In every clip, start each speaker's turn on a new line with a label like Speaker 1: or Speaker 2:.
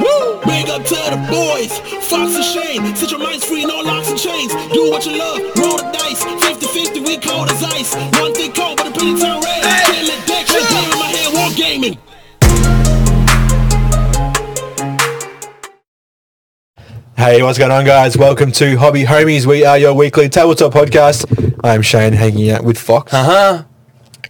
Speaker 1: Big up to the boys, Fox and Shane. Set your minds free, no locks and chains. Do what you love, roll the dice. 50 50, we cold as ice. One thing cold, but the penny turn red. Hey. Kill it, deck, yeah. in my hand, war gaming.
Speaker 2: Hey, what's going on, guys? Welcome to Hobby Homies. We are your weekly tabletop podcast. I'm Shane, hanging out with Fox,
Speaker 3: Uh huh.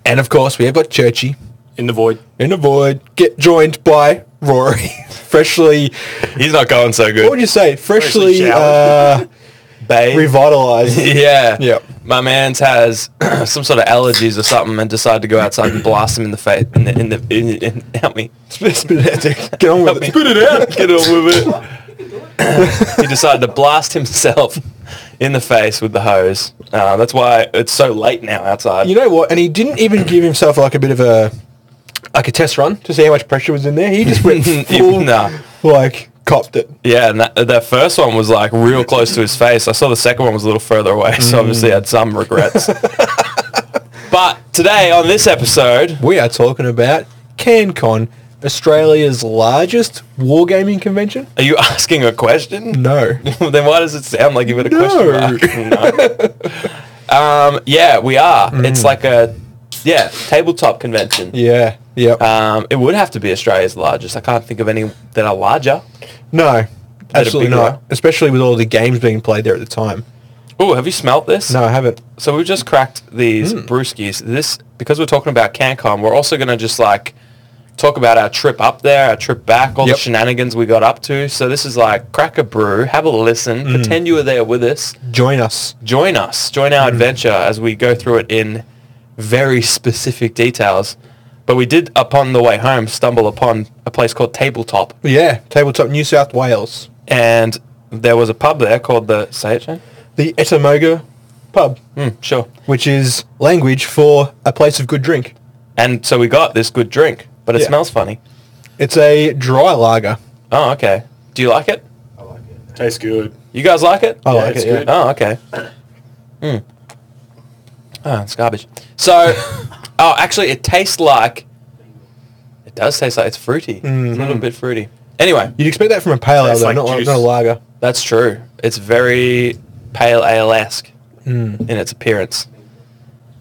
Speaker 2: and of course, we have got Churchy
Speaker 3: In the void.
Speaker 2: in the void. Get joined by Rory, freshly.
Speaker 3: He's not going so
Speaker 2: What would
Speaker 3: good.
Speaker 2: you say? Freshly
Speaker 3: Freshly
Speaker 2: uh,
Speaker 3: showered. Babe.
Speaker 2: revitalized.
Speaker 3: yeah.
Speaker 2: Yep.
Speaker 3: My man's has some sort of allergies or something and decided to go outside and blast him in the face. In the, in the, in, in, help me.
Speaker 2: Spit it out. Get on with it.
Speaker 3: it out. Get on with it. he decided to blast himself in the face with the hose. Uh, that's why it's so late now outside.
Speaker 2: You know what? And he didn't even give himself like a bit of a like a test run to see how much pressure was in there. He just went full,
Speaker 3: Nah.
Speaker 2: like copped it.
Speaker 3: Yeah, and that, that first one was like real close to his face. I saw the second one was a little further away,
Speaker 2: Mm.
Speaker 3: so obviously I had some regrets. but today on this episode,
Speaker 2: We are talking about CanCon, Australia's largest wargaming convention.
Speaker 3: are you asking a question?
Speaker 2: No.
Speaker 3: then why does it sound like you've got a
Speaker 2: No.
Speaker 3: question mark? No. um, yeah, we are. It's like a yeah tabletop convention.
Speaker 2: Mm. yeah. Yep.
Speaker 3: Um, it would have to be Australia's largest. I can't think of any that are larger.
Speaker 2: no. Absolutely
Speaker 3: bigger?
Speaker 2: not. Especially with all the games being played there at the time.
Speaker 3: Oh, have you smelt this?
Speaker 2: No, I haven't.
Speaker 3: So we've just cracked these
Speaker 2: Hmm.
Speaker 3: brewskis. This because we're talking about CanCon, we're also going to just like talk about our trip up there, our trip back, all
Speaker 2: Yep.
Speaker 3: the shenanigans we got up to. So this is like crack a brew, have a listen,
Speaker 2: Hmm.
Speaker 3: pretend you were there with us,
Speaker 2: Join us.
Speaker 3: join us, join our
Speaker 2: Hmm.
Speaker 3: adventure as we go through it in very specific details. But we did upon the way home stumble upon a place called Tabletop,
Speaker 2: Yeah. Tabletop New South Wales.
Speaker 3: and there was a pub there called the say it, Shane?
Speaker 2: The Etamoga pub,
Speaker 3: Mm, sure.
Speaker 2: which is language for a place of good drink.
Speaker 3: And so we got this good drink, but it
Speaker 2: Yeah.
Speaker 3: smells funny.
Speaker 2: It's a dry lager.
Speaker 3: Oh, okay. Do you like it?
Speaker 4: Tastes good.
Speaker 3: You guys like it?
Speaker 2: I
Speaker 4: Yeah,
Speaker 2: like
Speaker 4: it's
Speaker 2: it. yeah.
Speaker 4: good.
Speaker 3: Oh, okay. Mm. Oh, it's garbage. So, oh, actually, it tastes like. It does taste like it's fruity. It's a
Speaker 2: Mm-hmm.
Speaker 3: little bit fruity. Anyway,
Speaker 2: You'd expect that from a pale ale,
Speaker 4: Tastes
Speaker 2: though,
Speaker 4: like
Speaker 2: not, like-
Speaker 4: juice.
Speaker 2: not a lager.
Speaker 3: that's true. It's very pale ale esque
Speaker 2: Hmm,
Speaker 3: in its appearance.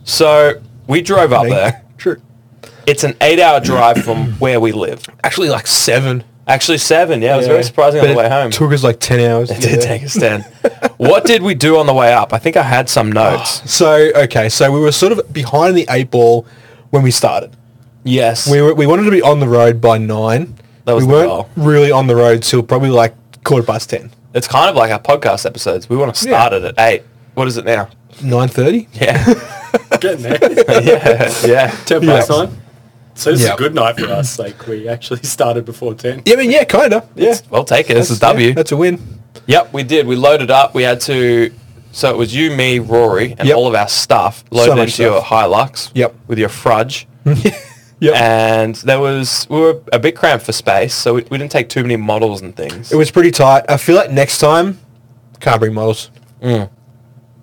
Speaker 3: So we drove up there.
Speaker 2: True.
Speaker 3: It's an eight-hour drive from where we live.
Speaker 2: Actually, like seven.
Speaker 3: Actually, seven. Yeah, it was
Speaker 2: Yeah.
Speaker 3: very surprising on
Speaker 2: But
Speaker 3: the way
Speaker 2: it
Speaker 3: home.
Speaker 2: Took us like ten hours.
Speaker 3: It did take a stand. what did we do on the way up? I think I had some notes.
Speaker 2: So okay, so we were sort of behind the eight ball when we started.
Speaker 3: Yes.
Speaker 2: We were, we wanted to be on the road by nine.
Speaker 3: That was
Speaker 2: we
Speaker 3: the
Speaker 2: weren't
Speaker 3: goal.
Speaker 2: really on the road till probably like quarter past ten.
Speaker 3: It's kind of like our podcast episodes. We want to start
Speaker 2: Yeah.
Speaker 3: it at eight. What is it now?
Speaker 2: Nine thirty.
Speaker 3: Yeah.
Speaker 4: Getting there.
Speaker 3: yeah. Yeah.
Speaker 4: ten
Speaker 2: Yeah.
Speaker 4: past nine. So this is
Speaker 2: Yeah.
Speaker 4: a good night for us. Like we actually started before ten.
Speaker 2: Yeah, I mean, yeah, kinda. Yeah,
Speaker 3: Well, take it. This is
Speaker 2: That's-
Speaker 3: W.
Speaker 2: yeah, that's a win.
Speaker 3: yep. We did. We loaded up. We had to. So it was you, me, Rory, and
Speaker 2: Yep.
Speaker 3: all of our stuff loaded
Speaker 2: much
Speaker 3: into your
Speaker 2: stuff.
Speaker 3: Hilux.
Speaker 2: Yep.
Speaker 3: With your fudge.
Speaker 2: Yeah,
Speaker 3: and there was we were a bit cramped for space, so we, we didn't take too many models and things.
Speaker 2: it was pretty tight. I feel like next time, can't bring models.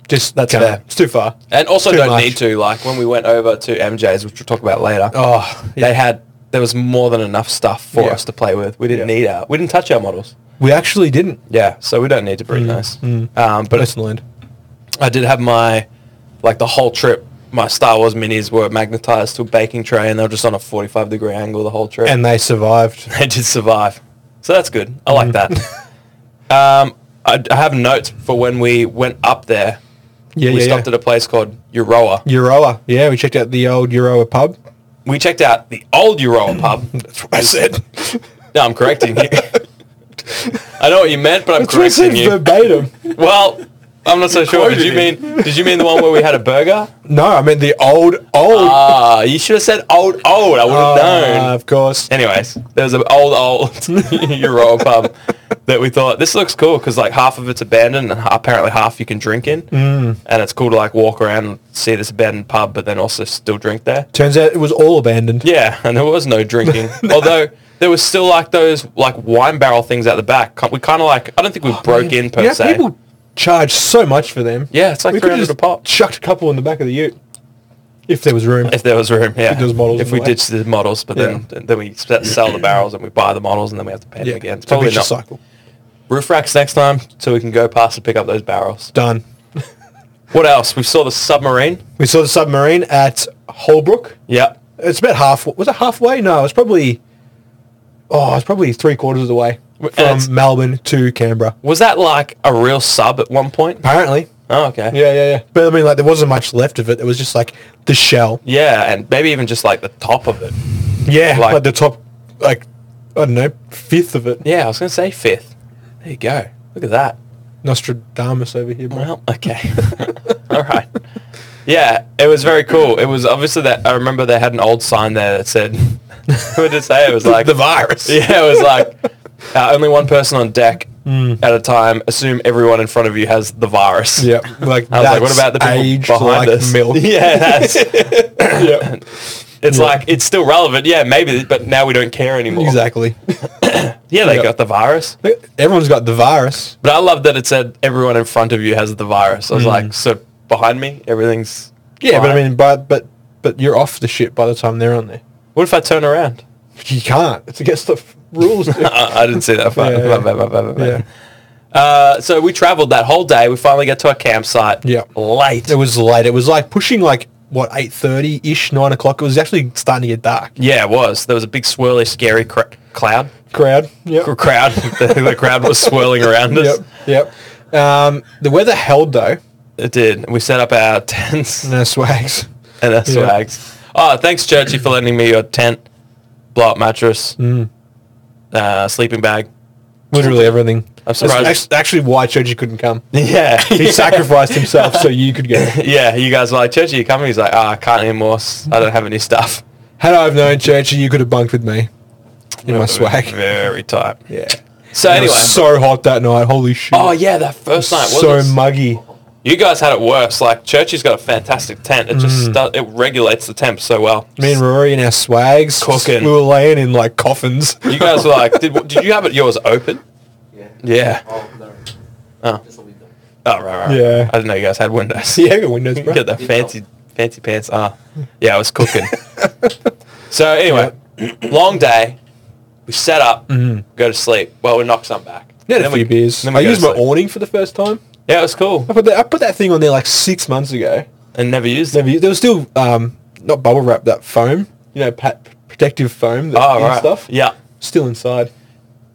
Speaker 2: Just that's
Speaker 3: Mm. fair.
Speaker 2: It's too far.
Speaker 3: and also
Speaker 2: too
Speaker 3: don't
Speaker 2: much.
Speaker 3: need to. Like when we went over to MJ's, which we'll talk about later.
Speaker 2: Oh,
Speaker 3: They had there was more than enough stuff for
Speaker 2: Yeah.
Speaker 3: us to play with. We didn't
Speaker 2: Yeah.
Speaker 3: need our we didn't touch our models.
Speaker 2: we actually didn't.
Speaker 3: Yeah, so we don't need to
Speaker 2: Mm.
Speaker 3: breed those. Um, but
Speaker 2: Lesson learned.
Speaker 3: I did have my, like the whole trip, my Star Wars minis were magnetized to a baking tray and they were just on a 45 degree angle the whole trip.
Speaker 2: And they survived.
Speaker 3: they did survive. So that's good. I
Speaker 2: Mm.
Speaker 3: like that. um, I, I have notes for when we went up there.
Speaker 2: Yeah,
Speaker 3: we
Speaker 2: yeah,
Speaker 3: stopped
Speaker 2: yeah.
Speaker 3: at a place called Euroa.
Speaker 2: Euroa. Yeah, we checked out the old Euroa pub.
Speaker 3: We checked out the old Euroa pub. That's
Speaker 2: I said.
Speaker 3: No, I'm correcting you. I know what you meant, but I'm correcting you.
Speaker 2: verbatim.
Speaker 3: Well, I'm not so sure. Did
Speaker 4: quoted
Speaker 3: you
Speaker 4: him.
Speaker 3: mean did you mean the one where we had a burger?
Speaker 2: No, I meant the old, old.
Speaker 3: Ah, you should have said old old. I would have
Speaker 2: Ah,
Speaker 3: known.
Speaker 2: Of course.
Speaker 3: Anyways, there was an old old Euro pub that we thought this looks cool because like half of it's abandoned and apparently half you can drink in, mm. and it's cool to like walk around and see this abandoned pub, but then also still drink there.
Speaker 2: Turns out it was all abandoned.
Speaker 3: Yeah, and there was no drinking. Although there was still like those like wine barrel things out the back. Ki- We kind of like I don't think we broke in per
Speaker 2: Oh, yeah,
Speaker 3: se.
Speaker 2: people charge so much for them.
Speaker 3: Yeah, it's like
Speaker 2: we could
Speaker 3: 300
Speaker 2: just
Speaker 3: a pop.
Speaker 2: Chucked a couple in the back of the ute. if there was room.
Speaker 3: If there was room, yeah.
Speaker 2: there was models
Speaker 3: if
Speaker 2: in the
Speaker 3: we
Speaker 2: way.
Speaker 3: ditch the models, but then then we s- sell the barrels and we buy the models and then we have to pay
Speaker 2: yeah,
Speaker 3: them again. It's
Speaker 2: it's a
Speaker 3: probably
Speaker 2: vicious
Speaker 3: not.
Speaker 2: cycle.
Speaker 3: Roof racks next time, so we can go past and pick up those barrels.
Speaker 2: Done.
Speaker 3: What else? We saw the submarine.
Speaker 2: We saw the submarine at Holbrook.
Speaker 3: Yeah.
Speaker 2: It's about half. Was it halfway? No, it's probably. Oh, it's probably three quarters of the way
Speaker 3: And it's-
Speaker 2: from Melbourne to Canberra.
Speaker 3: Was that like a real sub at one point?
Speaker 2: Apparently.
Speaker 3: Oh, okay.
Speaker 2: Yeah, yeah, yeah. But I mean, like, there wasn't much left of it. It was just like the shell.
Speaker 3: Yeah, and maybe even just like the top of it.
Speaker 2: Yeah,
Speaker 3: Like-
Speaker 2: like, the top, like I don't know, fifth of it.
Speaker 3: Yeah, I was going to say fifth. There you go. Look at that.
Speaker 2: Nostradamus over here, bro.
Speaker 3: Well, okay. All right. Yeah, it was very cool. It was obviously that I remember they had an old sign there that said, what did it say? It was like,
Speaker 2: the virus.
Speaker 3: yeah, it was like, uh, only one person on deck
Speaker 2: Mm.
Speaker 3: at a time. Assume everyone in front of you has the virus.
Speaker 2: Yep. Like
Speaker 3: I was like, what
Speaker 2: that's
Speaker 3: about the people
Speaker 2: aged
Speaker 3: behind
Speaker 2: like
Speaker 3: us?
Speaker 2: milk?
Speaker 3: Yeah, that's. It's like, it's still relevant. Yeah, maybe, but now we don't care anymore.
Speaker 2: Exactly.
Speaker 3: Yeah, they
Speaker 2: Yeah.
Speaker 3: got the virus.
Speaker 2: Everyone's got the virus.
Speaker 3: But I love that it said everyone in front of you has the virus. I was like, so behind me, everything's.
Speaker 2: Mm. Yeah, but I
Speaker 3: fine.
Speaker 2: mean, but but but you're off the ship by the time they're on there.
Speaker 3: what if I turn around?
Speaker 2: You can't. It's against the f- rules. dude.
Speaker 3: I, I didn't see that.
Speaker 2: Yeah,
Speaker 3: My
Speaker 2: yeah.
Speaker 3: bad, my bad, my bad.
Speaker 2: yeah.
Speaker 3: Uh, so we traveled that whole day. We finally get to our campsite.
Speaker 2: Yeah.
Speaker 3: Late.
Speaker 2: It was late. It was like pushing like what eight thirty ish, nine o'clock. It was actually starting to get dark.
Speaker 3: yeah, it was. There was a big swirly, scary cr- cloud.
Speaker 2: Crowd. Yep.
Speaker 3: Cr- crowd. the, the crowd was swirling around us.
Speaker 2: Yep. Yep. Um, the weather held though.
Speaker 3: It did. We set up our tents
Speaker 2: No swags.
Speaker 3: and our swags. Oh, thanks, Churchy, for lending me your tent, blow-up mattress,
Speaker 2: Mm.
Speaker 3: uh, sleeping bag.
Speaker 2: Literally everything.
Speaker 3: I'm surprised-
Speaker 2: That's act- actually why Churchy couldn't come.
Speaker 3: Yeah.
Speaker 2: He sacrificed himself so you could go.
Speaker 3: Yeah, you guys were like, Churchy, you coming? He's like, ah, I can't anymore. S- I don't have any stuff.
Speaker 2: Had I have known Churchy, you could have bunked with me in my swag.
Speaker 3: Very tight.
Speaker 2: Yeah.
Speaker 3: So
Speaker 2: It
Speaker 3: anyway.
Speaker 2: was so hot that night. Holy shit.
Speaker 3: oh, yeah, that first night was
Speaker 2: so muggy.
Speaker 3: You guys had it worse. Like, Churchy's got a fantastic tent. It just, stu- it regulates the temp so well.
Speaker 2: Mm. Me and Rory in our swags.
Speaker 3: Cooking.
Speaker 2: We were laying in like coffins.
Speaker 3: You guys were like, did, did you have it yours open?
Speaker 5: Yeah.
Speaker 3: Yeah.
Speaker 5: Oh, no.
Speaker 3: Oh.
Speaker 5: This will be done.
Speaker 3: Oh, right, right.
Speaker 2: Yeah.
Speaker 3: I didn't know you guys had windows.
Speaker 2: yeah, your windows, bro.
Speaker 3: Get the
Speaker 5: Did
Speaker 3: fancy, fancy pants. Ah, yeah, I was cooking. so anyway, long day. We set up, go to sleep. Well, we knock some back.
Speaker 2: Yeah, Mm-hmm. had a
Speaker 3: Then
Speaker 2: few
Speaker 3: we-
Speaker 2: beers.
Speaker 3: then
Speaker 2: I
Speaker 3: we go
Speaker 2: used
Speaker 3: to
Speaker 2: my
Speaker 3: sleep.
Speaker 2: awning for the first time.
Speaker 3: Yeah, it was cool.
Speaker 2: I put that, I put that thing on there like six months ago.
Speaker 3: And never used it.
Speaker 2: Never, used- there was still um, not bubble wrap, that foam, you know, pat, protective foam that
Speaker 3: Oh,
Speaker 2: and
Speaker 3: right.
Speaker 2: stuff.
Speaker 3: Yeah.
Speaker 2: Still inside.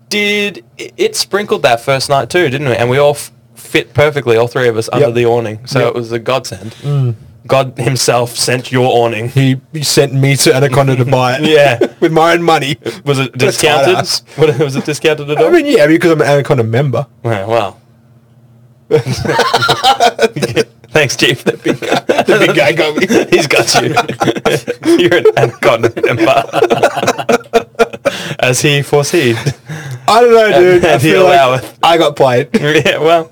Speaker 3: Did it, it sprinkled that first night too, didn't we? And we all f- fit perfectly, all three of us, under
Speaker 2: Yep.
Speaker 3: the awning. So
Speaker 2: Yep. Mm.
Speaker 3: it was a godsend. God himself sent your awning.
Speaker 2: He, he sent me to Anaconda to buy it.
Speaker 3: Yeah.
Speaker 2: With my own money.
Speaker 3: Was it
Speaker 2: That's
Speaker 3: discounted?
Speaker 2: hard-ass.
Speaker 3: What- was it discounted at all?
Speaker 2: I mean, yeah, because I'm an Anaconda member.
Speaker 3: Yeah, well. Thanks, Chief. The big, the
Speaker 2: big guy got me.
Speaker 3: He's got you. You're an anaconda member. As he foreseed.
Speaker 2: I don't know, dude. I
Speaker 3: and he'll
Speaker 2: feel
Speaker 3: allow
Speaker 2: like
Speaker 3: it.
Speaker 2: I got played.
Speaker 3: yeah, well,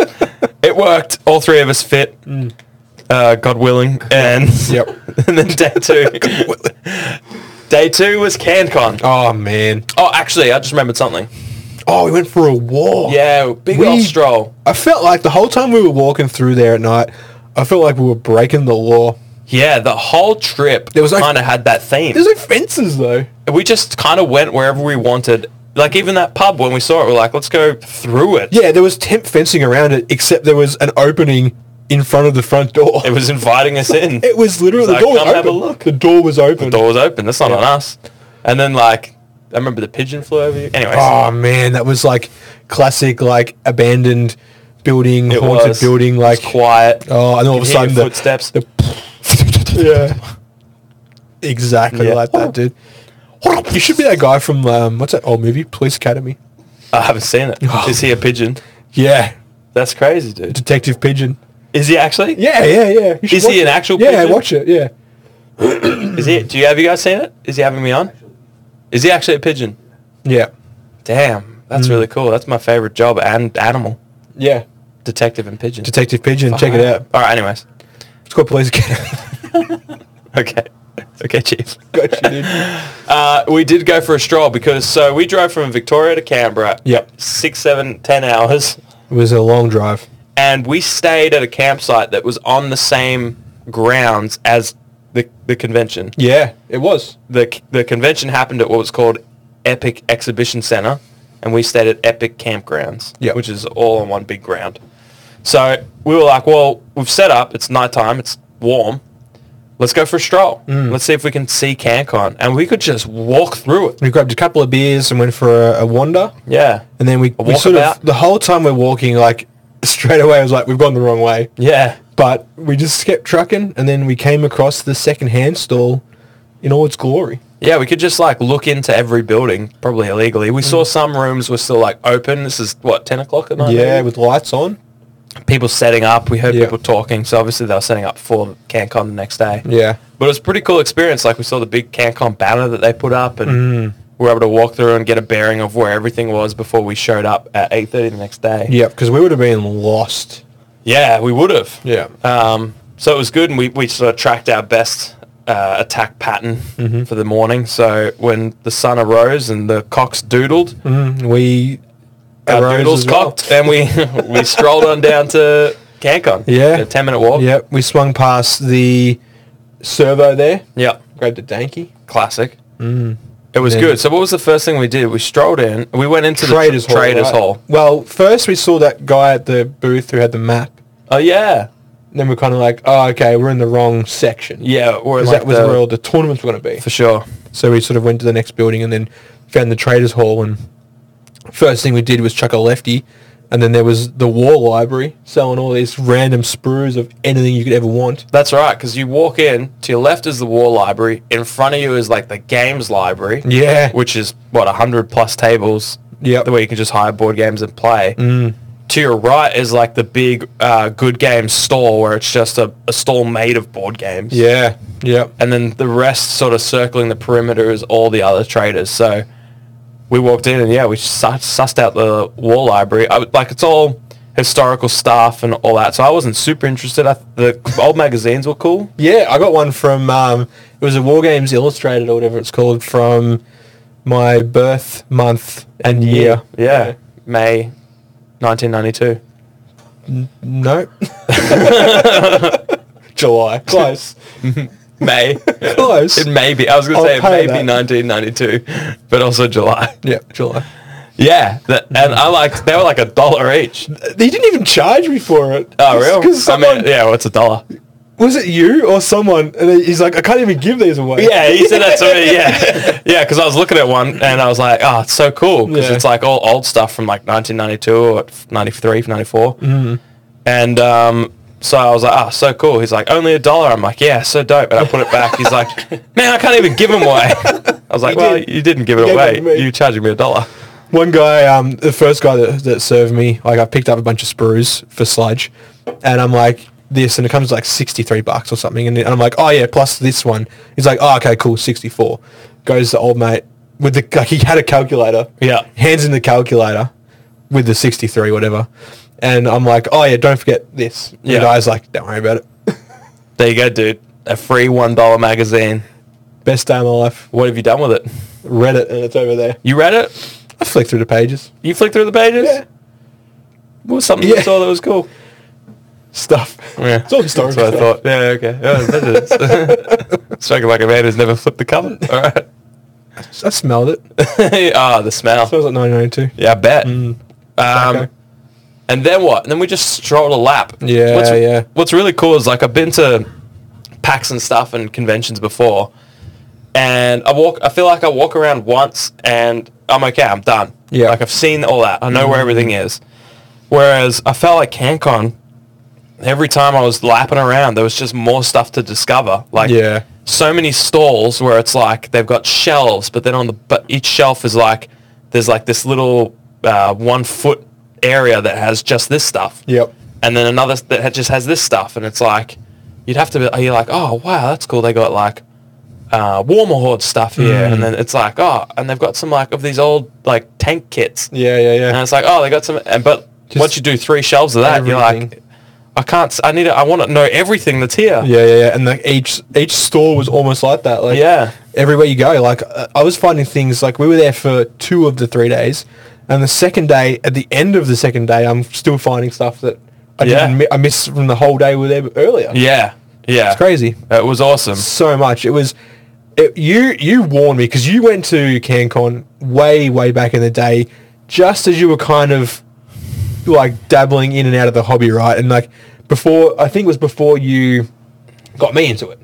Speaker 3: it worked. All three of us fit, uh, God willing. And,
Speaker 2: Yep.
Speaker 3: and then day two. day two was CanCon. Oh.
Speaker 2: Oh, man.
Speaker 3: actually, I just remembered something.
Speaker 2: Oh, we went for a walk.
Speaker 3: Yeah, big
Speaker 2: We-
Speaker 3: old stroll.
Speaker 2: I felt like the whole time we were walking through there at night, I felt like we were breaking the law.
Speaker 3: Yeah, the whole trip
Speaker 2: There was like-
Speaker 3: kind of had that theme.
Speaker 2: There's no fences, though.
Speaker 3: we just kind of went wherever we wanted. Like even that pub when we saw it, we're like, let's go through it.
Speaker 2: Yeah, there was tent fencing around it, except there was an opening in front of the front door.
Speaker 3: It was inviting us in.
Speaker 2: It was literally
Speaker 3: It's
Speaker 2: the door
Speaker 3: like,
Speaker 2: was
Speaker 3: "Come
Speaker 2: open.
Speaker 3: have a look."
Speaker 2: The door was open.
Speaker 3: the door was open. That's not on us. And then like, I remember the pigeon flew over you. Anyways,
Speaker 2: Oh man, that was like classic, like abandoned building,
Speaker 3: it
Speaker 2: haunted
Speaker 3: was
Speaker 2: building,
Speaker 3: it was
Speaker 2: like
Speaker 3: quiet.
Speaker 2: oh, and all
Speaker 3: You
Speaker 2: of a
Speaker 3: could hear
Speaker 2: sudden the
Speaker 3: your footsteps.
Speaker 2: yeah, exactly
Speaker 3: Yeah.
Speaker 2: like that, dude. You should be that guy from um, what's that old movie, Police Academy?
Speaker 3: I haven't seen it.
Speaker 2: Oh.
Speaker 3: Is he a pigeon?
Speaker 2: Yeah,
Speaker 3: That's crazy, dude.
Speaker 2: Detective Pigeon.
Speaker 3: Is he actually?
Speaker 2: Yeah, yeah, yeah. You should
Speaker 3: Is he
Speaker 2: watch it.
Speaker 3: an actual
Speaker 2: Yeah,
Speaker 3: pigeon?
Speaker 2: watch it. Yeah,
Speaker 3: Is he? Do you have you guys seen it? Is he having me on? Is he actually a pigeon?
Speaker 2: yeah,
Speaker 3: Damn,
Speaker 2: Mm.
Speaker 3: that's really cool. That's my favorite job and animal,
Speaker 2: yeah.
Speaker 3: detective and pigeon.
Speaker 2: Detective Pigeon. Check it out.
Speaker 3: All right. Anyways,
Speaker 2: It's called Police Academy.
Speaker 3: okay, okay, chief.
Speaker 2: Got you, dude.
Speaker 3: Uh, we did go for a stroll because so we drove from Victoria to Canberra.
Speaker 2: Yep.
Speaker 3: Six, seven, ten hours,
Speaker 2: It was a long drive.
Speaker 3: and we stayed at a campsite that was on the same grounds as the, the convention.
Speaker 2: Yeah, it was.
Speaker 3: The, the convention happened at what was called Epic Exhibition Center, and we stayed at Epic Campgrounds,
Speaker 2: Yeah.
Speaker 3: which is all on one big ground. So we were like, well, we've set up. It's nighttime. It's warm. Let's go for a stroll.
Speaker 2: Mm.
Speaker 3: Let's see if we can see CanCon. And we could just walk through it.
Speaker 2: We grabbed a couple of beers and went for a, a wander.
Speaker 3: Yeah.
Speaker 2: And then we, we
Speaker 3: walkabout.
Speaker 2: sort of, the whole time we're walking, like, straight away, I was like, we've gone the wrong way.
Speaker 3: Yeah.
Speaker 2: But we just kept trucking, and then we came across the second-hand stall in all its glory.
Speaker 3: Yeah, we could just like look into every building, probably illegally. We
Speaker 2: Mm.
Speaker 3: saw some rooms were still like open. This is what ten o'clock at night.
Speaker 2: Yeah,
Speaker 3: maybe?
Speaker 2: with lights on.
Speaker 3: people setting up. We heard
Speaker 2: Yeah.
Speaker 3: people talking, so obviously they were setting up for CanCon the next day.
Speaker 2: Yeah.
Speaker 3: but it was a pretty cool experience. Like we saw the big CanCon banner that they put up, and
Speaker 2: Mm-hmm.
Speaker 3: we were able to walk through and get a bearing of where everything was before we showed up at eight thirty the next day.
Speaker 2: Yeah, because we would have been lost.
Speaker 3: Yeah, we would have.
Speaker 2: Yeah.
Speaker 3: Um, so it was good, and we, we sort of tracked our best uh, attack pattern
Speaker 2: Mm-hmm.
Speaker 3: for the morning. So when the sun arose and the cocks doodled,
Speaker 2: Mm, we
Speaker 3: our
Speaker 2: Mm-hmm. arose
Speaker 3: doodles
Speaker 2: as well.
Speaker 3: cocked, and we we strolled on down to CanCon.
Speaker 2: Yeah.
Speaker 3: a ten minute walk.
Speaker 2: Yeah, we swung past the servo there.
Speaker 3: Yep.
Speaker 2: Grabbed a danky.
Speaker 3: classic. It was
Speaker 2: Mm. Then-
Speaker 3: good. So what was the first thing we did? We strolled in. We went into
Speaker 2: Traders
Speaker 3: the
Speaker 2: Hall.
Speaker 3: tr- traders
Speaker 2: right?
Speaker 3: hall.
Speaker 2: Well, first we saw that guy at the booth who had the map.
Speaker 3: Oh yeah,
Speaker 2: And then we're kind of like, oh, okay, we're in the wrong section.
Speaker 3: yeah. Or
Speaker 2: 'Cause
Speaker 3: like
Speaker 2: that was
Speaker 3: the,
Speaker 2: where all the tournaments were going to be.
Speaker 3: for sure.
Speaker 2: So we sort of went to the next building and then found the traders hall. And first thing we did was chuck a lefty. And then there was the war library selling all these random sprues of anything you could ever want.
Speaker 3: That's right. Because you walk in, to your left is the war library. In front of you is like the games library.
Speaker 2: Yeah.
Speaker 3: Which is what hundred plus tables.
Speaker 2: Yep. Mm.
Speaker 3: The way you can just hire board games and play. To your right is like the big uh, good game store where it's just a, a store made of board games.
Speaker 2: Yeah. Yeah.
Speaker 3: and then the rest sort of circling the perimeter is all the other traders. So we walked in and yeah, we sussed, sussed out the war library. I, would- like it's all historical stuff and all that. So I wasn't super interested. I, the old magazines were cool.
Speaker 2: Yeah, I got one from um, it was a War Games Illustrated or whatever it's called from my birth month and year.
Speaker 3: Yeah. May 1992.
Speaker 2: No. July. Close.
Speaker 3: May.
Speaker 2: Close.
Speaker 3: it may be. I was going
Speaker 2: I'll
Speaker 3: to say it
Speaker 2: pay
Speaker 3: may
Speaker 2: that.
Speaker 3: be 1992, but also July.
Speaker 2: yeah, July.
Speaker 3: Yeah. That, and I liked, they were like a dollar each.
Speaker 2: They didn't even charge me for it.
Speaker 3: Oh, real?
Speaker 2: Because someone
Speaker 3: I mean, yeah, what's a dollar?
Speaker 2: was it you or someone? And then he's like, I can't even give these away.
Speaker 3: Yeah, he said that to me. Yeah, yeah, because I was looking at one and I was like, oh, it's so cool because
Speaker 2: Yeah.
Speaker 3: it's like all old stuff from like 1992 or 93, 94.
Speaker 2: Mm-hmm.
Speaker 3: Mm. And um, so I was like, oh, so cool. He's like, only a dollar. I'm like, yeah, so dope. And I put it back. He's like, man, I can't even give him away. I was like,
Speaker 2: You
Speaker 3: well,
Speaker 2: did.
Speaker 3: you didn't give
Speaker 2: You
Speaker 3: it
Speaker 2: gave it to
Speaker 3: away.
Speaker 2: me.
Speaker 3: You charging me a dollar.
Speaker 2: One guy, um, the first guy that, that served me, like I picked up a bunch of sprues for sludge, and I'm like this, and it comes to, like sixty three bucks or something, and, and I'm like, oh yeah, plus this one. He's like, oh okay, cool, sixty four. Goes the old mate with the like he had a calculator.
Speaker 3: Yeah.
Speaker 2: Hands in the calculator with the sixty three whatever, and I'm like, oh yeah, don't forget this. And
Speaker 3: Yeah.
Speaker 2: The guy's like, don't worry about it.
Speaker 3: There you go, dude. A free one dollar magazine.
Speaker 2: Best day of my life.
Speaker 3: What have you done with it?
Speaker 2: Read it, and it's over there.
Speaker 3: You read it?
Speaker 2: I flick through the pages.
Speaker 3: You flicked through the pages?
Speaker 2: Yeah.
Speaker 3: What was something
Speaker 2: Yeah.
Speaker 3: you saw that was cool?
Speaker 2: Stuff.
Speaker 3: Yeah.
Speaker 2: It's all historical.
Speaker 3: That's what I
Speaker 2: stuff.
Speaker 3: thought. Yeah, okay. Yeah, that is. Striking like a man who's never flipped the cover. All right.
Speaker 2: I smelled it. it
Speaker 3: ah, the smell.
Speaker 2: smells like 1992.
Speaker 3: Yeah, I bet.
Speaker 2: Mm.
Speaker 3: Um,
Speaker 2: Okay.
Speaker 3: And then what? And then we just strolled a lap.
Speaker 2: Yeah,
Speaker 3: what's,
Speaker 2: yeah.
Speaker 3: What's really cool is like I've been to packs and stuff and conventions before, and I walk. I feel like I walk around once and I'm okay. I'm done.
Speaker 2: Yeah. Mm-hmm.
Speaker 3: Like I've seen all that. I know where everything is. Whereas I felt like CanCon, every time I was lapping around, there was just more stuff to discover. Like
Speaker 2: Yeah.
Speaker 3: so many stalls where it's like they've got shelves, but then on the but each shelf is like there's like this little uh, one foot area that has just this stuff.
Speaker 2: Yep.
Speaker 3: And then another s- that ha- just has this stuff, and it's like you'd have to be you're like oh wow that's cool they got like uh, warmer horde stuff here,
Speaker 2: Mm.
Speaker 3: and then it's like oh and they've got some like of these old like tank kits.
Speaker 2: Yeah, yeah,
Speaker 3: And
Speaker 2: yeah.
Speaker 3: it's like, oh, they got some. And but
Speaker 2: Just
Speaker 3: once you do three shelves of that, you're like,
Speaker 2: everything.
Speaker 3: I can't. s- I need. to- I want to know everything that's here.
Speaker 2: yeah, yeah, yeah. And like each each store was almost like that. Like
Speaker 3: Yeah.
Speaker 2: everywhere you go, like uh, I was finding things. Like we were there for two of the three days, and the second day, at the end of the second day, I'm still finding stuff that I
Speaker 3: Yeah.
Speaker 2: didn't mi- I missed from the whole day we were there earlier.
Speaker 3: Yeah. Yeah.
Speaker 2: It's crazy.
Speaker 3: It was awesome.
Speaker 2: So much. It was. It, you you warned me because you went to CanCon way way back in the day, just as you were kind of like dabbling in and out of the hobby, right? And like before, I think it was before you got me into it.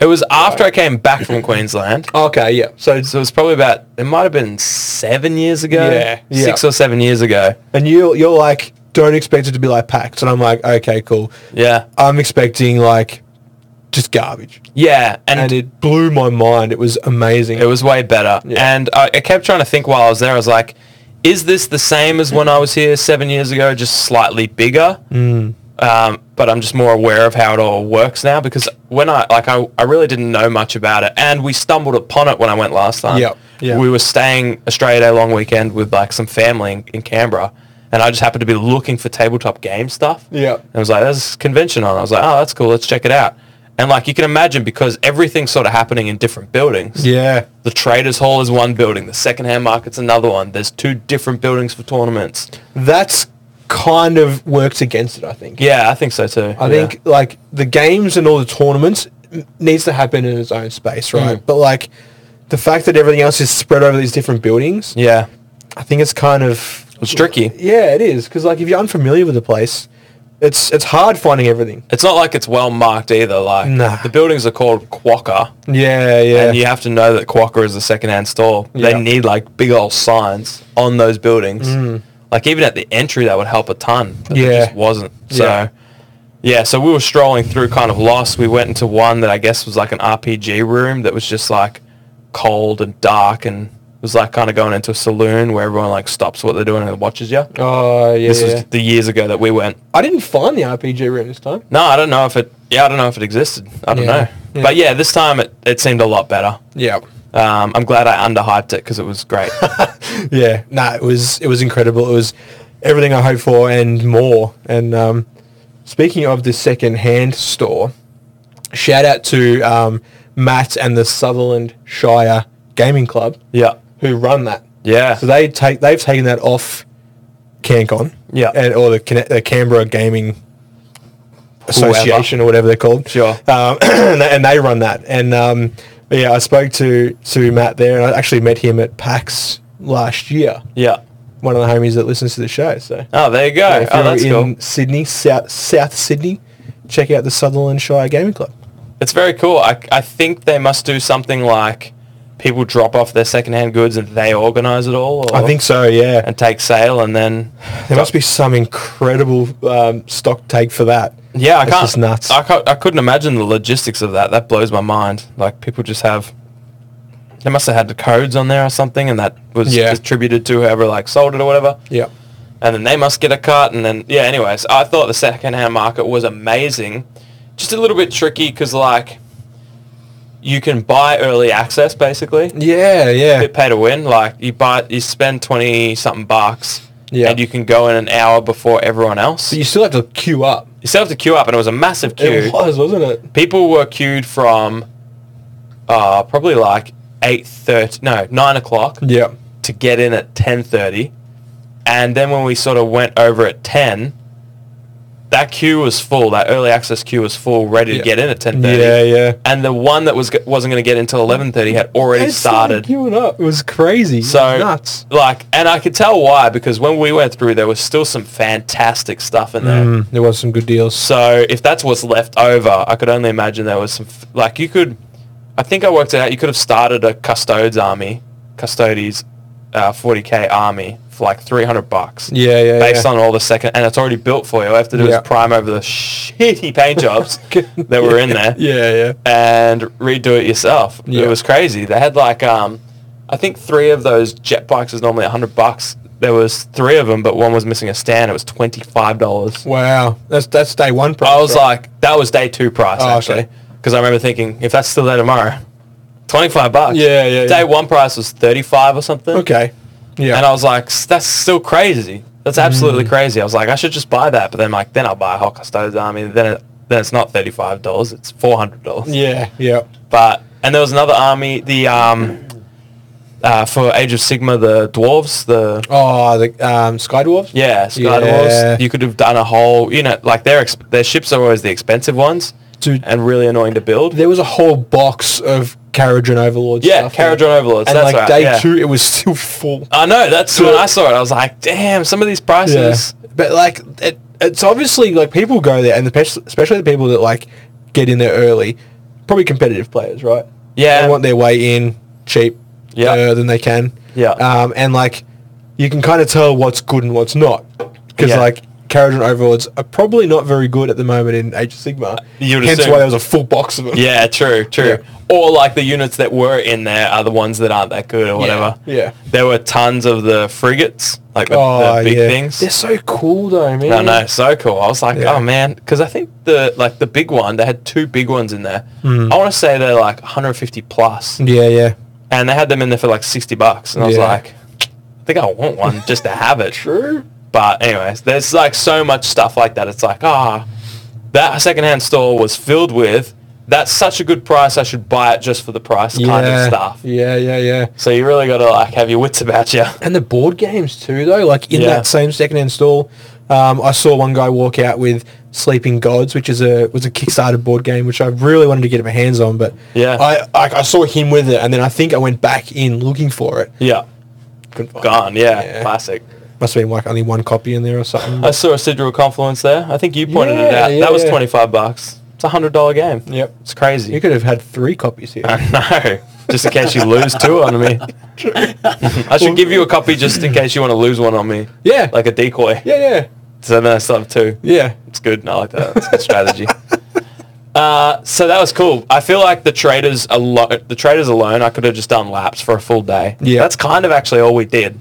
Speaker 3: It was after I came back from Queensland.
Speaker 2: oh, Okay, yeah. So
Speaker 3: So it was probably about, it might have been seven years ago.
Speaker 2: Yeah, yeah.
Speaker 3: Six or seven years ago.
Speaker 2: and you you're like don't expect it to be like packed, and I'm like okay cool.
Speaker 3: Yeah.
Speaker 2: I'm expecting like just garbage,
Speaker 3: Yeah. And,
Speaker 2: and
Speaker 3: it,
Speaker 2: it blew my mind. It was amazing.
Speaker 3: was way better.
Speaker 2: Yeah.
Speaker 3: And I, I kept trying to think while I was there, I was like, is this the same as when I was here seven years ago, just slightly bigger?
Speaker 2: Mm.
Speaker 3: Um, but I'm just more aware of how it all works now because when I, like, I, I really didn't know much about it. And we stumbled upon it when I went last time.
Speaker 2: Yep, yeah.
Speaker 3: We were staying Australia Day long weekend with like some family in, in Canberra. And I just happened to be looking for tabletop game stuff.
Speaker 2: Yeah.
Speaker 3: And I was like, there's this convention on. I was like, oh, that's cool. Let's check it out. And like you can imagine because everything's sort of happening in different buildings.
Speaker 2: yeah.
Speaker 3: The traders hall is one building. The secondhand market's another one. There's two different buildings for tournaments.
Speaker 2: that's kind of works against it. I think.
Speaker 3: Yeah, I think so too.
Speaker 2: I think like the games and all the tournaments n- needs to happen in its own space, right? But like the fact that everything else is spread over these different buildings,
Speaker 3: Yeah.
Speaker 2: I think it's kind of
Speaker 3: It's tricky.
Speaker 2: yeah, it is because like if you're unfamiliar with the place, it's it's hard finding everything.
Speaker 3: It's not like it's well marked either. Like
Speaker 2: Nah.
Speaker 3: the buildings are called Quokka,
Speaker 2: Yeah, yeah,
Speaker 3: and you have to know that Quokka is a secondhand store.
Speaker 2: Yeah.
Speaker 3: They need like big old signs on those buildings. Like even at the entry, that would help a ton. But yeah,
Speaker 2: Mm. Yeah.
Speaker 3: just wasn't. So
Speaker 2: Yeah.
Speaker 3: yeah. so we were strolling through, kind of lost. We went into one that I guess was like an RPG room that was just like cold and dark and. It was like kind of going into a saloon where everyone like stops what they're doing and watches you.
Speaker 2: Oh yeah,
Speaker 3: this
Speaker 2: yeah.
Speaker 3: was the years ago that we went.
Speaker 2: I didn't find the RPG room this time.
Speaker 3: No, I don't know if it. Yeah, I don't know if it existed. I don't
Speaker 2: Yeah.
Speaker 3: know.
Speaker 2: Yeah.
Speaker 3: But yeah, this time it, it seemed a lot better.
Speaker 2: Yeah,
Speaker 3: Um, I'm glad I underhyped it because it was great.
Speaker 2: yeah. Nah, it was it was incredible. It was everything I hoped for and more. And um, speaking of the second-hand store, shout out to um, Matt and the Sutherland Shire Gaming Club
Speaker 3: yeah,
Speaker 2: who run that.
Speaker 3: yeah,
Speaker 2: So they take they've taken that off CanCon.
Speaker 3: Yeah.
Speaker 2: And or the, Can- the Canberra Gaming Association or whatever they're called.
Speaker 3: Sure.
Speaker 2: Um, and, they, and they run that. And um, but yeah, I spoke to to Matt there, and I actually met him at PAX last year.
Speaker 3: yeah.
Speaker 2: One of the homies that listens to the show. So
Speaker 3: Oh, there you go.
Speaker 2: if
Speaker 3: oh,
Speaker 2: you're
Speaker 3: that's
Speaker 2: in
Speaker 3: cool.
Speaker 2: Sydney, South South Sydney, check out the Sutherland Shire Gaming Club.
Speaker 3: It's very cool. I, I think they must do something like people drop off their secondhand goods and they organize it all. Or,
Speaker 2: I think so. Yeah.
Speaker 3: and take sale and then
Speaker 2: There must be some incredible um, stock take for that.
Speaker 3: yeah. I
Speaker 2: It's
Speaker 3: can't.
Speaker 2: just nuts.
Speaker 3: I can't, I couldn't imagine the logistics of that. That blows my mind. Like people just have. They must have had the codes on there or something, and that was
Speaker 2: Yeah.
Speaker 3: distributed to whoever like sold it or whatever.
Speaker 2: Yeah.
Speaker 3: and then they must get a cut and then yeah anyways i thought the second-hand market was amazing just a little bit tricky because like you can buy early access basically
Speaker 2: Yeah. Yeah.
Speaker 3: bit pay to win like you buy you spend 20 something bucks
Speaker 2: Yeah.
Speaker 3: and you can go in an hour before everyone else
Speaker 2: But
Speaker 3: you
Speaker 2: you still have to queue up.
Speaker 3: still have to queue up and it was a massive queue
Speaker 2: It was, wasn't it?
Speaker 3: people were queued from uh, probably like 8.30 no 9 o'clock
Speaker 2: Yeah.
Speaker 3: to get in at 10.30 and then when we sort of went over at 10 that queue was full that early access queue was full ready
Speaker 2: Yeah.
Speaker 3: to get in at 10.30
Speaker 2: Yeah. Yeah.
Speaker 3: and the one that was go- wasn't going to get in until 11.30 had already started
Speaker 2: Queuing up. It was crazy.
Speaker 3: so
Speaker 2: nuts.
Speaker 3: like and i could tell why because when we went through there was still some fantastic stuff in there
Speaker 2: Mm, There was some good deals.
Speaker 3: so if that's what's left over i could only imagine there was some f- like you could i think i worked it out you could have started a custodes army custodes uh, 40k army for like 300 bucks
Speaker 2: Yeah, yeah,
Speaker 3: based
Speaker 2: yeah.
Speaker 3: on all the second, and it's already built for you. All I have to do
Speaker 2: Yeah.
Speaker 3: is prime over the shitty paint jobs that were in there
Speaker 2: Yeah, yeah.
Speaker 3: and redo it yourself.
Speaker 2: Yeah.
Speaker 3: It was crazy. They had like, um, I think three of those jet bikes is normally 100 bucks. There was three of them, but one was missing a stand. It was $25.
Speaker 2: Wow, that's that's day one price.
Speaker 3: I was
Speaker 2: right?
Speaker 3: like, that was day two price
Speaker 2: Oh, okay.
Speaker 3: actually, because I remember thinking, if that's still there tomorrow, 25 bucks.
Speaker 2: Yeah, yeah,
Speaker 3: Day
Speaker 2: yeah.
Speaker 3: one price was 35 or something.
Speaker 2: okay, yeah, Mm.
Speaker 3: And I was like, "S- that's still crazy. That's absolutely crazy. I was like, I should just buy that. But then like, then I'll buy a Hot Custodes Army. Then it, then it's not $35. It's $400.
Speaker 2: yeah, yeah,
Speaker 3: But, and there was another army, the, um, uh, for Age of Sigma, the dwarves, the,
Speaker 2: oh, the um, sky dwarfs.
Speaker 3: yeah, Sky
Speaker 2: Yeah.
Speaker 3: Dwarves. You could have done a whole, you know, like their, ex- their ships are always the expensive ones.
Speaker 2: Dude,
Speaker 3: and really annoying to build.
Speaker 2: there was a whole box of Carriage and Overlord
Speaker 3: Yeah,
Speaker 2: stuff.
Speaker 3: Carriage and Overlords,
Speaker 2: And
Speaker 3: that's
Speaker 2: like
Speaker 3: right,
Speaker 2: day
Speaker 3: yeah.
Speaker 2: two, it was still full.
Speaker 3: I know. That's when I saw it. I was like, damn, some of these prices.
Speaker 2: But like, it, it's obviously like people go there, and the, pes- especially the people that like get in there early, probably competitive players, right?
Speaker 3: Yeah.
Speaker 2: They want their way in cheap,
Speaker 3: Yeah.
Speaker 2: uh, than they can.
Speaker 3: Yeah.
Speaker 2: Um, and like, you can kind of tell what's good and what's not, because
Speaker 3: Yeah.
Speaker 2: like. Carriage and Overlords are probably not very good at the moment in Age of Sigma.
Speaker 3: Uh, You would
Speaker 2: Hence
Speaker 3: assume.
Speaker 2: why there was a full box of them.
Speaker 3: Yeah, true, true. Or like the units that were in there are the ones that aren't that good or whatever.
Speaker 2: yeah.
Speaker 3: There were tons of the frigates, like the,
Speaker 2: Oh,
Speaker 3: the big
Speaker 2: yeah.
Speaker 3: things.
Speaker 2: They're so cool though, man.
Speaker 3: No, no, so cool. I was like,
Speaker 2: Yeah.
Speaker 3: oh man, because I think the like the big one, they had two big ones in there.
Speaker 2: Hmm.
Speaker 3: I want to say they're like 150 plus,
Speaker 2: Yeah, yeah.
Speaker 3: and they had them in there for like 60 bucks, and I was
Speaker 2: Yeah.
Speaker 3: like, I think I want one just to have it.
Speaker 2: True.
Speaker 3: But anyways, there's like so much stuff like that. It's like, ah, that secondhand store was filled with that's such a good price. I should buy it just for the price
Speaker 2: Yeah.
Speaker 3: kind of stuff.
Speaker 2: Yeah, yeah, yeah.
Speaker 3: So you really got to like have your wits about you.
Speaker 2: And the board games too, though. Like in
Speaker 3: Yeah.
Speaker 2: that same second install, um, I saw one guy walk out with Sleeping Gods, which is a was a Kickstarter board game, which I really wanted to get my hands on. But
Speaker 3: Yeah.
Speaker 2: I I, I saw him with it, and then I think I went back in looking for it.
Speaker 3: Yeah,
Speaker 2: Couldn't find it.
Speaker 3: gone. Yeah,
Speaker 2: Yeah.
Speaker 3: classic.
Speaker 2: Must have been like only one copy in there or something.
Speaker 3: I saw a Sidral Confluence there. I think you pointed it
Speaker 2: Yeah,
Speaker 3: out.
Speaker 2: yeah,
Speaker 3: that was
Speaker 2: yeah.
Speaker 3: 25 bucks. It's a hundred dollar game.
Speaker 2: Yep.
Speaker 3: it's crazy.
Speaker 2: you could have had three copies here.
Speaker 3: I know. Just in case you lose two on me. I should give you a copy just in case you want to lose one on me.
Speaker 2: Yeah.
Speaker 3: Like a decoy.
Speaker 2: yeah, yeah,
Speaker 3: So then I still have two.
Speaker 2: yeah.
Speaker 3: It's good. I like that. It's a good strategy. Uh, so that was cool. I feel like the traders alone, the traders alone, I could have just done laps for a full day.
Speaker 2: Yeah.
Speaker 3: that's kind of actually all we did.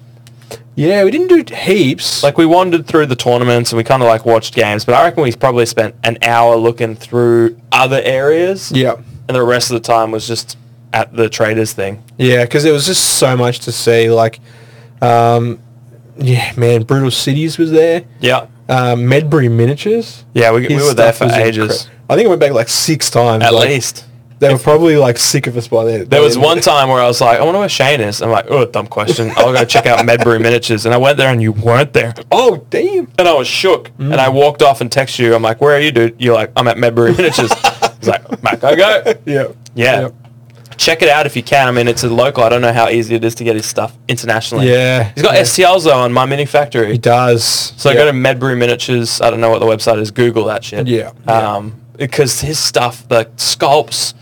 Speaker 2: Yeah, we didn't do heaps.
Speaker 3: Like we wandered through the tournaments and we kind of like watched games, but I reckon we probably spent an hour looking through other areas.
Speaker 2: yeah,
Speaker 3: and the rest of the time was just at the traders thing.
Speaker 2: yeah, because there was just so much to see. Like, um, yeah, man, Brutal Cities was there.
Speaker 3: Yeah,
Speaker 2: uh, Medbury miniatures.
Speaker 3: yeah, we, we
Speaker 2: His
Speaker 3: were there
Speaker 2: stuff
Speaker 3: for
Speaker 2: was
Speaker 3: ages,
Speaker 2: incre- I think I went back like six times.
Speaker 3: at
Speaker 2: like,
Speaker 3: least.
Speaker 2: They were probably like sick of us by then.
Speaker 3: There was one time where I was like, I wonder where Shane is. I'm like, oh, dumb question. I'll go check out Medbury Miniatures. And I went there and you weren't there.
Speaker 2: Oh damn!
Speaker 3: and I was shook. And I walked off and texted you. I'm like, "Where are you, dude?" You're like, "I'm at Medbury Miniatures." I was like, "Mac, I go."
Speaker 2: Yeah.
Speaker 3: Yeah.
Speaker 2: Yep.
Speaker 3: Check it out if you can. I mean, it's a local. I don't know how easy it is to get his stuff internationally.
Speaker 2: Yeah.
Speaker 3: he's got
Speaker 2: Yeah.
Speaker 3: STLs though on my mini factory.
Speaker 2: He does.
Speaker 3: So
Speaker 2: yeah.
Speaker 3: go to Medbury Miniatures. I don't know what the website is. Google that shit.
Speaker 2: Yeah. Yeah.
Speaker 3: Um, because his stuff, the sculpts,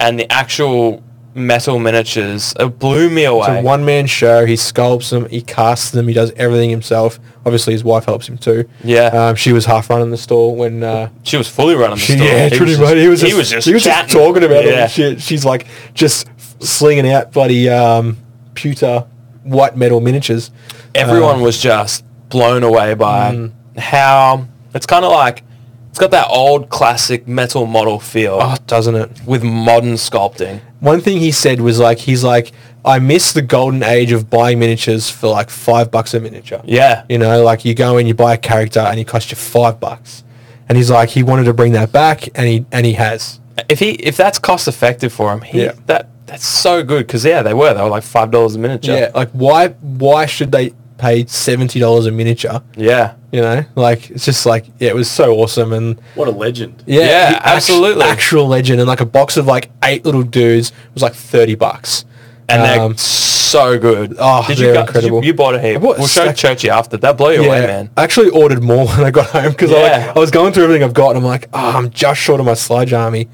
Speaker 3: and the actual metal miniatures, it blew me away.
Speaker 2: It's a one-man show. He sculpts them. He casts them. He does everything himself. Obviously, his wife helps him too.
Speaker 3: Yeah.
Speaker 2: Um, she was half running the store when. Uh,
Speaker 3: she was fully running the
Speaker 2: she,
Speaker 3: store.
Speaker 2: yeah,
Speaker 3: He was
Speaker 2: pretty
Speaker 3: just-
Speaker 2: much. He was
Speaker 3: he
Speaker 2: just,
Speaker 3: was just
Speaker 2: he was just
Speaker 3: chatting.
Speaker 2: talking about all
Speaker 3: Yeah.
Speaker 2: this shit. She's like just slinging out bloody um, pewter white metal miniatures.
Speaker 3: everyone was just blown away by
Speaker 2: Mm.
Speaker 3: how it's kind of like it's got that old classic metal model feel
Speaker 2: Oh, doesn't it?
Speaker 3: with modern sculpting.
Speaker 2: one thing he said was like he's like I miss the golden age of buying miniatures for like five bucks a miniature.
Speaker 3: Yeah.
Speaker 2: You know, like you go and you buy a character and it costs you five bucks. And he's like he wanted to bring that back and he and he has.
Speaker 3: If he if that's cost effective for him, he,
Speaker 2: Yeah.
Speaker 3: that that's so good because yeah, they were they were like five dollars a miniature.
Speaker 2: Yeah. Like why why should they pay seventy dollars a miniature?
Speaker 3: yeah,
Speaker 2: You know? Like it's just like yeah, it was so awesome and
Speaker 4: What a legend.
Speaker 2: yeah,
Speaker 3: Yeah,
Speaker 2: the act-
Speaker 3: absolutely.
Speaker 2: actual legend and like a box of like eight little dudes was like thirty bucks.
Speaker 3: and
Speaker 2: Um,
Speaker 3: they're so good.
Speaker 2: oh,
Speaker 3: did you
Speaker 2: they're
Speaker 3: go- did you-
Speaker 2: incredible.
Speaker 3: You, bought a heap.
Speaker 2: bought a
Speaker 3: We'll show
Speaker 2: stack-
Speaker 3: Churchy after that blew you away, man.
Speaker 2: I actually ordered more when I got home because I,
Speaker 3: Yeah.
Speaker 2: like, I was going through everything I've got and I'm like, oh, I'm just short of my Sludge Army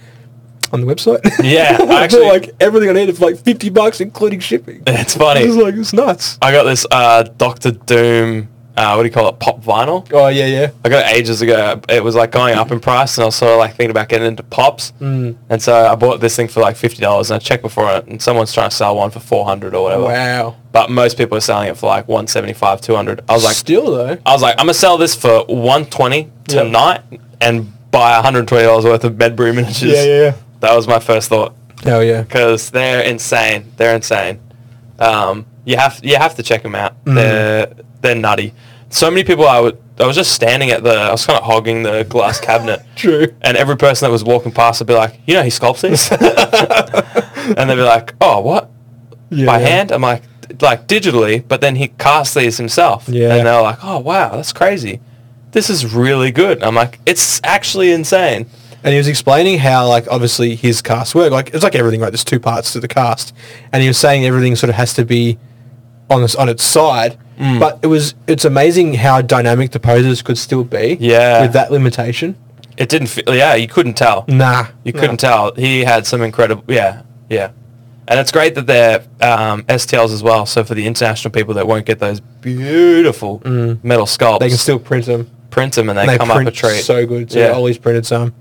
Speaker 2: on the website.
Speaker 3: Yeah,
Speaker 2: I
Speaker 3: actually-
Speaker 2: actually, like everything I needed for like 50 bucks, including shipping.
Speaker 3: It's funny.
Speaker 2: It's like, it's nuts.
Speaker 3: I got this uh, Doctor Doom. Uh, what do you call it? Pop vinyl.
Speaker 2: Oh, yeah, yeah.
Speaker 3: I got it ages ago. It was like going up in price, and I was sort of like thinking about getting into pops. Mm. And so I bought this thing for like fifty dollars, and I checked before it, and someone's trying to sell one for four hundred or whatever.
Speaker 2: Wow.
Speaker 3: But most people are selling it for like one seventy five, two hundred. I was like,
Speaker 2: Still, though.
Speaker 3: I was like, I'm gonna sell this for one twenty
Speaker 2: Yeah.
Speaker 3: tonight and buy one hundred twenty dollars worth of Medbury miniatures.
Speaker 2: Yeah, yeah, yeah.
Speaker 3: That was my first thought
Speaker 2: Hell yeah.
Speaker 3: because they're insane. They're insane. Um, you have you have to check them out.
Speaker 2: Mm-hmm.
Speaker 3: They're they're nutty. So many people. I would I was just standing at the. I was kind of hogging the glass cabinet.
Speaker 2: True.
Speaker 3: And every person that was walking past would be like, "You know, he sculpts these," and they'd be like, "Oh, what
Speaker 2: Yeah,
Speaker 3: by
Speaker 2: yeah.
Speaker 3: hand?" I'm like, "Like digitally," but then he casts these himself.
Speaker 2: Yeah.
Speaker 3: And they're like, "Oh, wow, that's crazy. This is really good." I'm like, "It's actually insane."
Speaker 2: and he was explaining how like obviously his cast work. Like it's like everything, right? There's two parts to the cast, and he was saying everything sort of has to be on this on its side.
Speaker 3: Mm.
Speaker 2: But it was it's amazing how dynamic the poses could still be.
Speaker 3: Yeah.
Speaker 2: with that limitation.
Speaker 3: It didn't feel. Yeah, you couldn't tell.
Speaker 2: Nah,
Speaker 3: You couldn't tell. He had some incredible. Yeah, yeah. And it's great that they're um, STLs as well. So for the international people that won't get those beautiful metal sculpts,
Speaker 2: Mm. They can still print them.
Speaker 3: print them and they,
Speaker 2: And they
Speaker 3: come up
Speaker 2: print
Speaker 3: a treat.
Speaker 2: so good. So
Speaker 3: yeah.
Speaker 2: yeah, Ollie's printed some.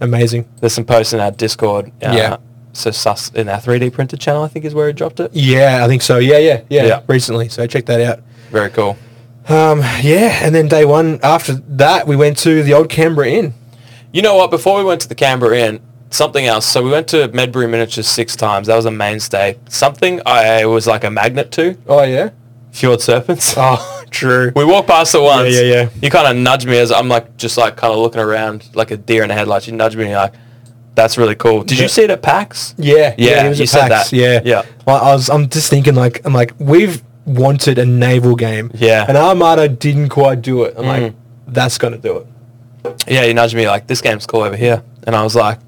Speaker 2: Amazing.
Speaker 3: There's some posts in our Discord. Uh,
Speaker 2: Yeah.
Speaker 3: So sus in our 3D printed channel, I think is where he dropped it.
Speaker 2: Yeah, I think so. Yeah, yeah, yeah.
Speaker 3: Yeah.
Speaker 2: Recently, so check that out.
Speaker 3: Very cool.
Speaker 2: Um, yeah, and then day one after that, we went to the old Canberra Inn.
Speaker 3: You know what? Before we went to the Canberra Inn, something else. So we went to Medbury Miniatures six times. That was a mainstay. Something I was like a magnet to.
Speaker 2: Oh yeah.
Speaker 3: Fjord Serpents.
Speaker 2: Oh, true.
Speaker 3: We walked past it once.
Speaker 2: yeah, yeah.
Speaker 3: You kind of nudge me as I'm like just like kind of looking around like a deer in the headlights. You nudge me and you're like, that's really cool. Did
Speaker 2: Yeah.
Speaker 3: you see it at PAX?
Speaker 2: Yeah,
Speaker 3: Yeah,
Speaker 2: it was
Speaker 3: you
Speaker 2: at
Speaker 3: said
Speaker 2: PAX,
Speaker 3: that.
Speaker 2: Yeah,
Speaker 3: Yeah.
Speaker 2: Well, I was. I'm just thinking like I'm like we've wanted a naval game.
Speaker 3: Yeah. Mm.
Speaker 2: and Armada didn't quite do it. I'm like, that's gonna do it.
Speaker 3: Yeah, you nudged me like this game's cool over here, and I was like,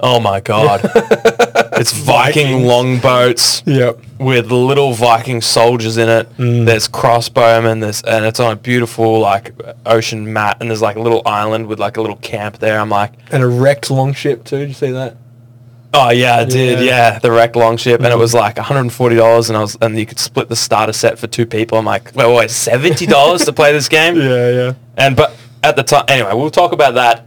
Speaker 3: oh my god, it's Viking longboats.
Speaker 2: Yep.
Speaker 3: with little Viking soldiers in it.
Speaker 2: Mm.
Speaker 3: There's crossbowmen. There's and it's on a beautiful like ocean mat, and there's like a little island with like a little camp there. I'm like,
Speaker 2: And a wrecked longship too. Did you see that?
Speaker 3: oh yeah, I did.
Speaker 2: Yeah. Mm-hmm.
Speaker 3: Yeah, the wrecked longship, and it was like 140 dollars, and I was and you could split the starter set for two people. I'm like, wait, wait, 70 dollars to play this game?
Speaker 2: yeah.
Speaker 3: And but at the time, anyway, we'll talk about that.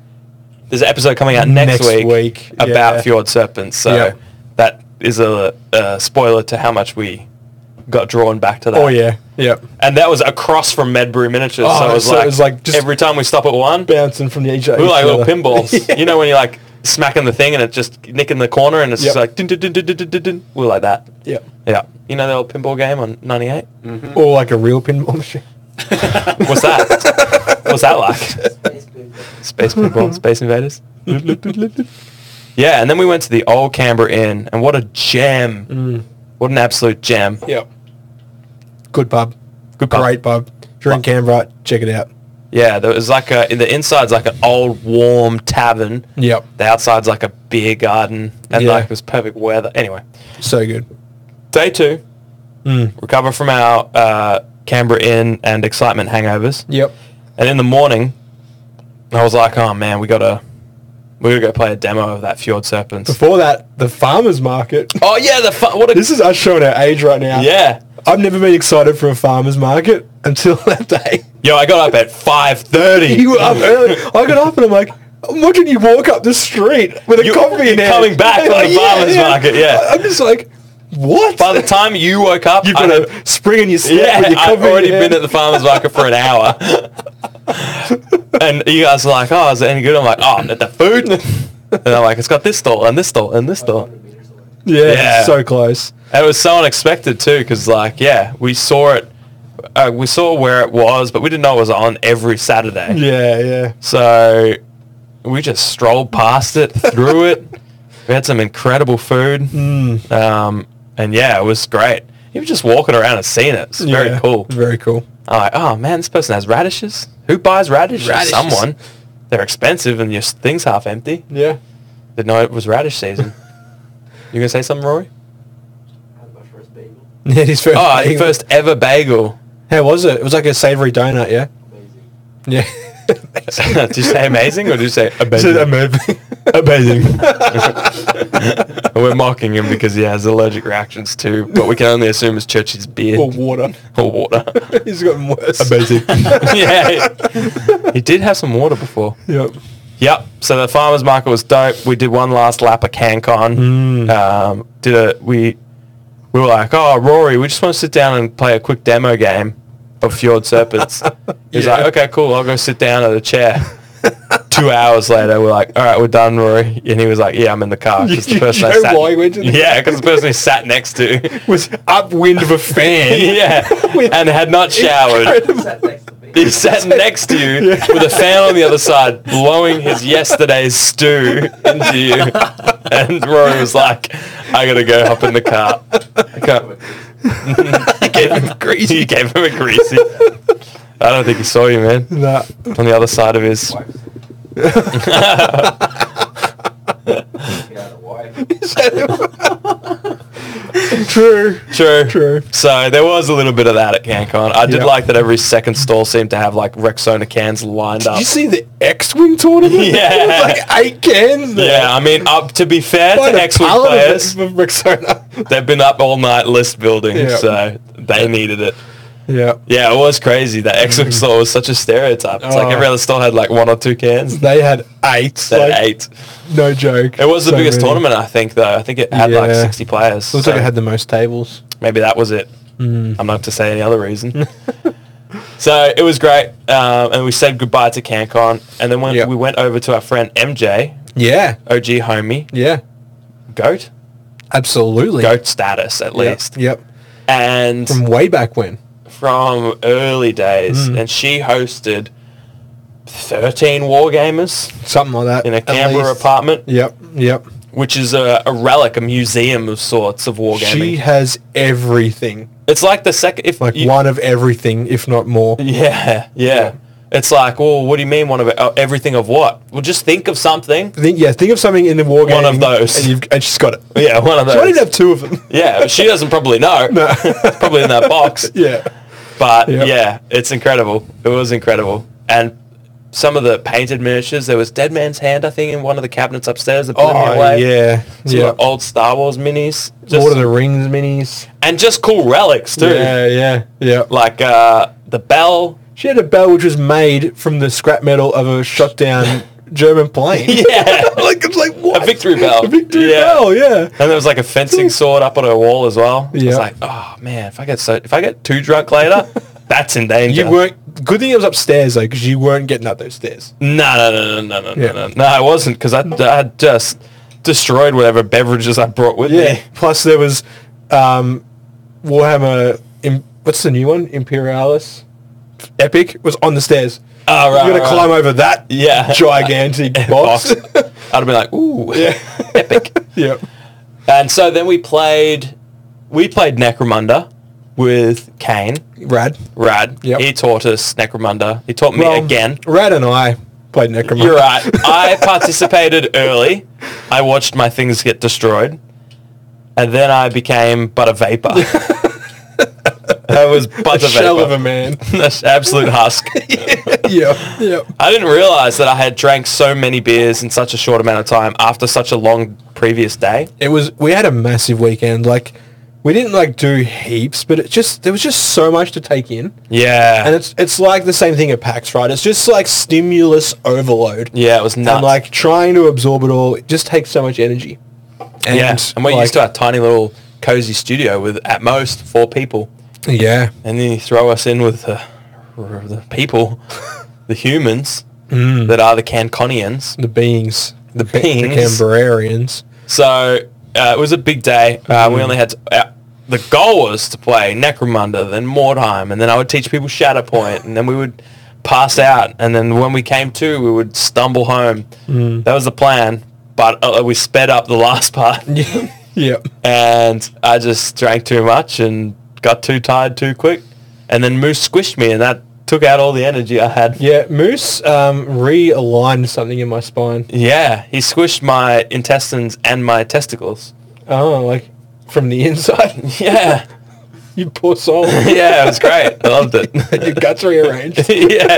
Speaker 3: There's an episode coming out next,
Speaker 2: Next week,
Speaker 3: about
Speaker 2: yeah.
Speaker 3: Fjord Serpents, so
Speaker 2: Yep.
Speaker 3: that is a, a spoiler to how much we got drawn back to that.
Speaker 2: Oh yeah, yep.
Speaker 3: And that was across from Medbury Miniatures.
Speaker 2: Oh,
Speaker 3: so it was
Speaker 2: so it
Speaker 3: like,
Speaker 2: was like just-
Speaker 3: every time we stop at one, we
Speaker 2: Bouncing from the each
Speaker 3: were like little pinballs. You know when you're like smacking the thing and it just nicking the corner and it's just
Speaker 2: Yep.
Speaker 3: like dun, dun, dun, dun, dun, dun, dun, dun. we were like that.
Speaker 2: Yep.
Speaker 3: Yeah. You know the old pinball game on 98? Mm-hmm.
Speaker 2: Or like a real pinball machine.
Speaker 3: What's that? What's that like? Space pinball, Space Invaders. yeah, and then we went to the old Canberra Inn and what a gem. What an absolute gem.
Speaker 2: Mm. Yep. Good pub.
Speaker 3: Good pub.
Speaker 2: Great pub. If you're in Canberra, check it out.
Speaker 3: Yeah, there was like a in the inside's like an old warm tavern.
Speaker 2: Yep.
Speaker 3: The outside's like a beer garden, and
Speaker 2: Yeah.
Speaker 3: like it was perfect weather. Anyway,
Speaker 2: So good.
Speaker 3: day two,
Speaker 2: Hmm.
Speaker 3: recover from our uh, Canberra Inn and excitement hangovers,
Speaker 2: Yep.
Speaker 3: and in the morning, I was like, oh man, we gotta we gotta go play a demo of that Fjord Serpents.
Speaker 2: Before that, the farmers market.
Speaker 3: oh yeah, the fun, what a
Speaker 2: This is us showing our age right now.
Speaker 3: yeah.
Speaker 2: I've never been excited for a farmer's market until that day.
Speaker 3: Yo, I got up at five thirty.
Speaker 2: You were up early. I got up and I'm like, I'm watching you walk up the street with a
Speaker 3: You-
Speaker 2: coffee in
Speaker 3: you're
Speaker 2: hand.
Speaker 3: coming back from the farmer's market, yeah.
Speaker 2: I- I'm just like, what?
Speaker 3: By the time you woke up,
Speaker 2: You've
Speaker 3: I
Speaker 2: got
Speaker 3: had-
Speaker 2: a spring in your step
Speaker 3: Yeah,
Speaker 2: with your coffee
Speaker 3: I've already
Speaker 2: in your
Speaker 3: been at
Speaker 2: hand.
Speaker 3: the farmer's market for an hour. and you guys are like, oh, is it any good? I'm like, oh, at the food? and I'm like, it's got this stall and this stall and this stall.
Speaker 2: yeah,
Speaker 3: Yeah.
Speaker 2: so close.
Speaker 3: And it was so unexpected too, because like, yeah, we saw it. Uh, we saw where it was, but we didn't know it was on every Saturday.
Speaker 2: Yeah, yeah.
Speaker 3: So we just strolled past it, through it. We had some incredible food.
Speaker 2: Mm.
Speaker 3: Um, and yeah, it was great. Even just walking around and seeing it, it's very
Speaker 2: Yeah,
Speaker 3: cool.
Speaker 2: Very cool.
Speaker 3: I'm like, oh man, this person has radishes. Who buys radishes?
Speaker 2: Radishes.
Speaker 3: Someone. They're expensive and your s- thing's half empty.
Speaker 2: Yeah.
Speaker 3: Didn't know it was radish season. you gonna say something, Rory?
Speaker 2: Yeah, his first.
Speaker 3: Oh,
Speaker 2: bagel.
Speaker 3: first ever bagel.
Speaker 2: How was it? It was like a savory donut, yeah? Yeah.
Speaker 3: did you say amazing or did you say amazing?
Speaker 2: amazing. amazing.
Speaker 3: We're mocking him because he has allergic reactions too, but we can only assume it's Church's beard
Speaker 2: or water.
Speaker 3: or water.
Speaker 2: He's gotten worse. Amazing.
Speaker 3: yeah. He did have some water before.
Speaker 2: yep.
Speaker 3: Yep. So the farmers market was dope. We did one last lap of CanCon.
Speaker 2: Mm.
Speaker 3: Um, did a we we were like, oh Rory, we just want to sit down and play a quick demo game of Fjord Serpents. He's
Speaker 2: Yeah.
Speaker 3: like, okay, cool. I'll go sit down at a chair. Two hours later, we're like, all right, we're done, Rory. And he was like, yeah, I'm in the car because
Speaker 2: You-
Speaker 3: the person
Speaker 2: you
Speaker 3: I
Speaker 2: know
Speaker 3: sat,
Speaker 2: why he went to the-
Speaker 3: yeah, because the person he sat next to,
Speaker 2: Was upwind of a fan.
Speaker 3: yeah,
Speaker 2: With-
Speaker 3: and had not showered. He sat next to you with a fan on the other side, blowing his yesterday's stew into you. And Rory was like, I gotta go hop in the car. I can't- He gave him a greasy. You gave him a greasy. I don't think he saw you, man.
Speaker 2: Nah.
Speaker 3: On the other side of his.
Speaker 2: True.
Speaker 3: True.
Speaker 2: True.
Speaker 3: So there was a little bit of that at CanCon. I did
Speaker 2: Yeah.
Speaker 3: like that every second stall seemed to have like Rexona cans lined
Speaker 2: Did
Speaker 3: up.
Speaker 2: you see the X-Wing tournament?
Speaker 3: Yeah.
Speaker 2: There was like eight cans there.
Speaker 3: Yeah, I mean, up to be fair
Speaker 2: Quite
Speaker 3: to
Speaker 2: a
Speaker 3: X-Wing
Speaker 2: pallet of
Speaker 3: players,
Speaker 2: Rex- of Rexona.
Speaker 3: they've been up all night list building,
Speaker 2: Yeah.
Speaker 3: so they needed it.
Speaker 2: yeah.
Speaker 3: Yeah, it was crazy. That X-Wing store was such a stereotype. It's like
Speaker 2: Mm. Oh.
Speaker 3: every other store had like one or two cans.
Speaker 2: They had eight.
Speaker 3: They had
Speaker 2: like,
Speaker 3: eight.
Speaker 2: No joke.
Speaker 3: It was the
Speaker 2: So
Speaker 3: biggest
Speaker 2: many.
Speaker 3: tournament, I think, though. I think it had like
Speaker 2: Yeah.
Speaker 3: 60 players.
Speaker 2: Looks
Speaker 3: so
Speaker 2: like it had Mm. the most tables.
Speaker 3: maybe that was it. I'm not to say any other reason. so it was great. Um, and we said goodbye to CanCon. And then when
Speaker 2: Yeah.
Speaker 3: we went over to our friend MJ,
Speaker 2: Yeah.
Speaker 3: OG homie,
Speaker 2: Yeah.
Speaker 3: GOAT.
Speaker 2: Absolutely.
Speaker 3: GOAT status, at
Speaker 2: Yeah.
Speaker 3: least.
Speaker 2: Yep.
Speaker 3: And
Speaker 2: From way back when.
Speaker 3: from early days.
Speaker 2: Hmm.
Speaker 3: And she hosted 13 Wargamers
Speaker 2: Something like that.
Speaker 3: in a
Speaker 2: at
Speaker 3: Canberra
Speaker 2: least.
Speaker 3: apartment.
Speaker 2: Yep. Yep.
Speaker 3: which is a, a relic, a museum of sorts of
Speaker 2: She
Speaker 3: wargaming.
Speaker 2: has everything.
Speaker 3: it's like the second, if
Speaker 2: Like
Speaker 3: you-
Speaker 2: one of everything, if not more.
Speaker 3: yeah, yeah, It's like, well, what do you mean one of it? Oh, everything of what? Well, just think of something.
Speaker 2: Think, yeah, think of something in the war game.
Speaker 3: One of those.
Speaker 2: And, you've, and she's got it.
Speaker 3: Yeah, one of
Speaker 2: She might
Speaker 3: those.
Speaker 2: even have two of them.
Speaker 3: yeah, she doesn't probably know. It's probably in that box.
Speaker 2: yeah.
Speaker 3: But
Speaker 2: Yeah.
Speaker 3: yeah, it's incredible. It was incredible, and. Some of the painted miniatures. There was Dead Man's Hand, I think, in one of the cabinets upstairs. That blew me
Speaker 2: Oh,
Speaker 3: away.
Speaker 2: yeah.
Speaker 3: Some
Speaker 2: Yeah.
Speaker 3: of the old Star Wars minis. Just,
Speaker 2: Lord of the Rings minis.
Speaker 3: and just cool relics, too.
Speaker 2: Yeah, yeah, yeah.
Speaker 3: Like uh, the bell.
Speaker 2: She had a bell which was made from the scrap metal of a shot down German plane.
Speaker 3: Yeah.
Speaker 2: like it's like what?
Speaker 3: A victory bell.
Speaker 2: A victory
Speaker 3: Yeah.
Speaker 2: bell, yeah.
Speaker 3: And there was like a fencing sword up on her wall as well. It's
Speaker 2: Yeah.
Speaker 3: like, oh man, if I get so if I get too drunk later, that's in danger.
Speaker 2: You weren't. Good thing it was upstairs though, because you weren't getting up those stairs.
Speaker 3: no, no, no, no, no, no,
Speaker 2: Yeah.
Speaker 3: no, no. I wasn't because I, I had just destroyed whatever beverages I brought with me.
Speaker 2: Plus there was um, Warhammer. Im- what's the new one? Imperialis. Epic was on the stairs.
Speaker 3: Oh, right,
Speaker 2: You're gonna
Speaker 3: right,
Speaker 2: climb over that.
Speaker 3: Yeah.
Speaker 2: Gigantic box.
Speaker 3: Box. I'd have been like, ooh, epic.
Speaker 2: yep.
Speaker 3: And so then we played, we played Necromunda with Kane,
Speaker 2: Rad.
Speaker 3: Rad.
Speaker 2: Yep.
Speaker 3: He taught us Necromunda. He taught me
Speaker 2: Well,
Speaker 3: again.
Speaker 2: Rad and I played Necromunda.
Speaker 3: You're right. I participated early. I watched my things get destroyed. And then I became but a vapor. I was but a,
Speaker 2: A shell
Speaker 3: vapor.
Speaker 2: of a man.
Speaker 3: That's absolute husk.
Speaker 2: yeah. Yep.
Speaker 3: I didn't realize that I had drank so many beers in such a short amount of time after such a long previous day.
Speaker 2: it was we had a massive weekend like we didn't like do heaps but it just there was just so much to take in
Speaker 3: Yeah.
Speaker 2: and it's it's like the same thing at pax right it's just like stimulus overload
Speaker 3: yeah, it was nuts.
Speaker 2: and like trying to absorb it all it just takes so much energy and
Speaker 3: yeah. And we're
Speaker 2: like,
Speaker 3: used to our tiny little cozy studio with at most four people.
Speaker 2: yeah
Speaker 3: and then you throw us in with the, the people, the humans
Speaker 2: Mm.
Speaker 3: that are the Canconians.
Speaker 2: the beings the
Speaker 3: beings.
Speaker 2: the Canberrarians.
Speaker 3: So uh, it was a big day. Uh,
Speaker 2: Mm.
Speaker 3: we only had to, uh, the goal was to play Necromunda, then more time, and then I would teach people Shatterpoint, and then we would pass out, and then when we came to, we would stumble home.
Speaker 2: Mm.
Speaker 3: That was the plan, but uh, we sped up the last part,
Speaker 2: yep
Speaker 3: and I just drank too much and got too tired too quick, and then Moose squished me, and that took out all the energy I had.
Speaker 2: yeah moose um realigned something in my spine
Speaker 3: Yeah, he squished my intestines and my testicles.
Speaker 2: oh like from the inside
Speaker 3: Yeah,
Speaker 2: you poor soul
Speaker 3: yeah, it was great. I loved it.
Speaker 2: your guts rearranged
Speaker 3: yeah,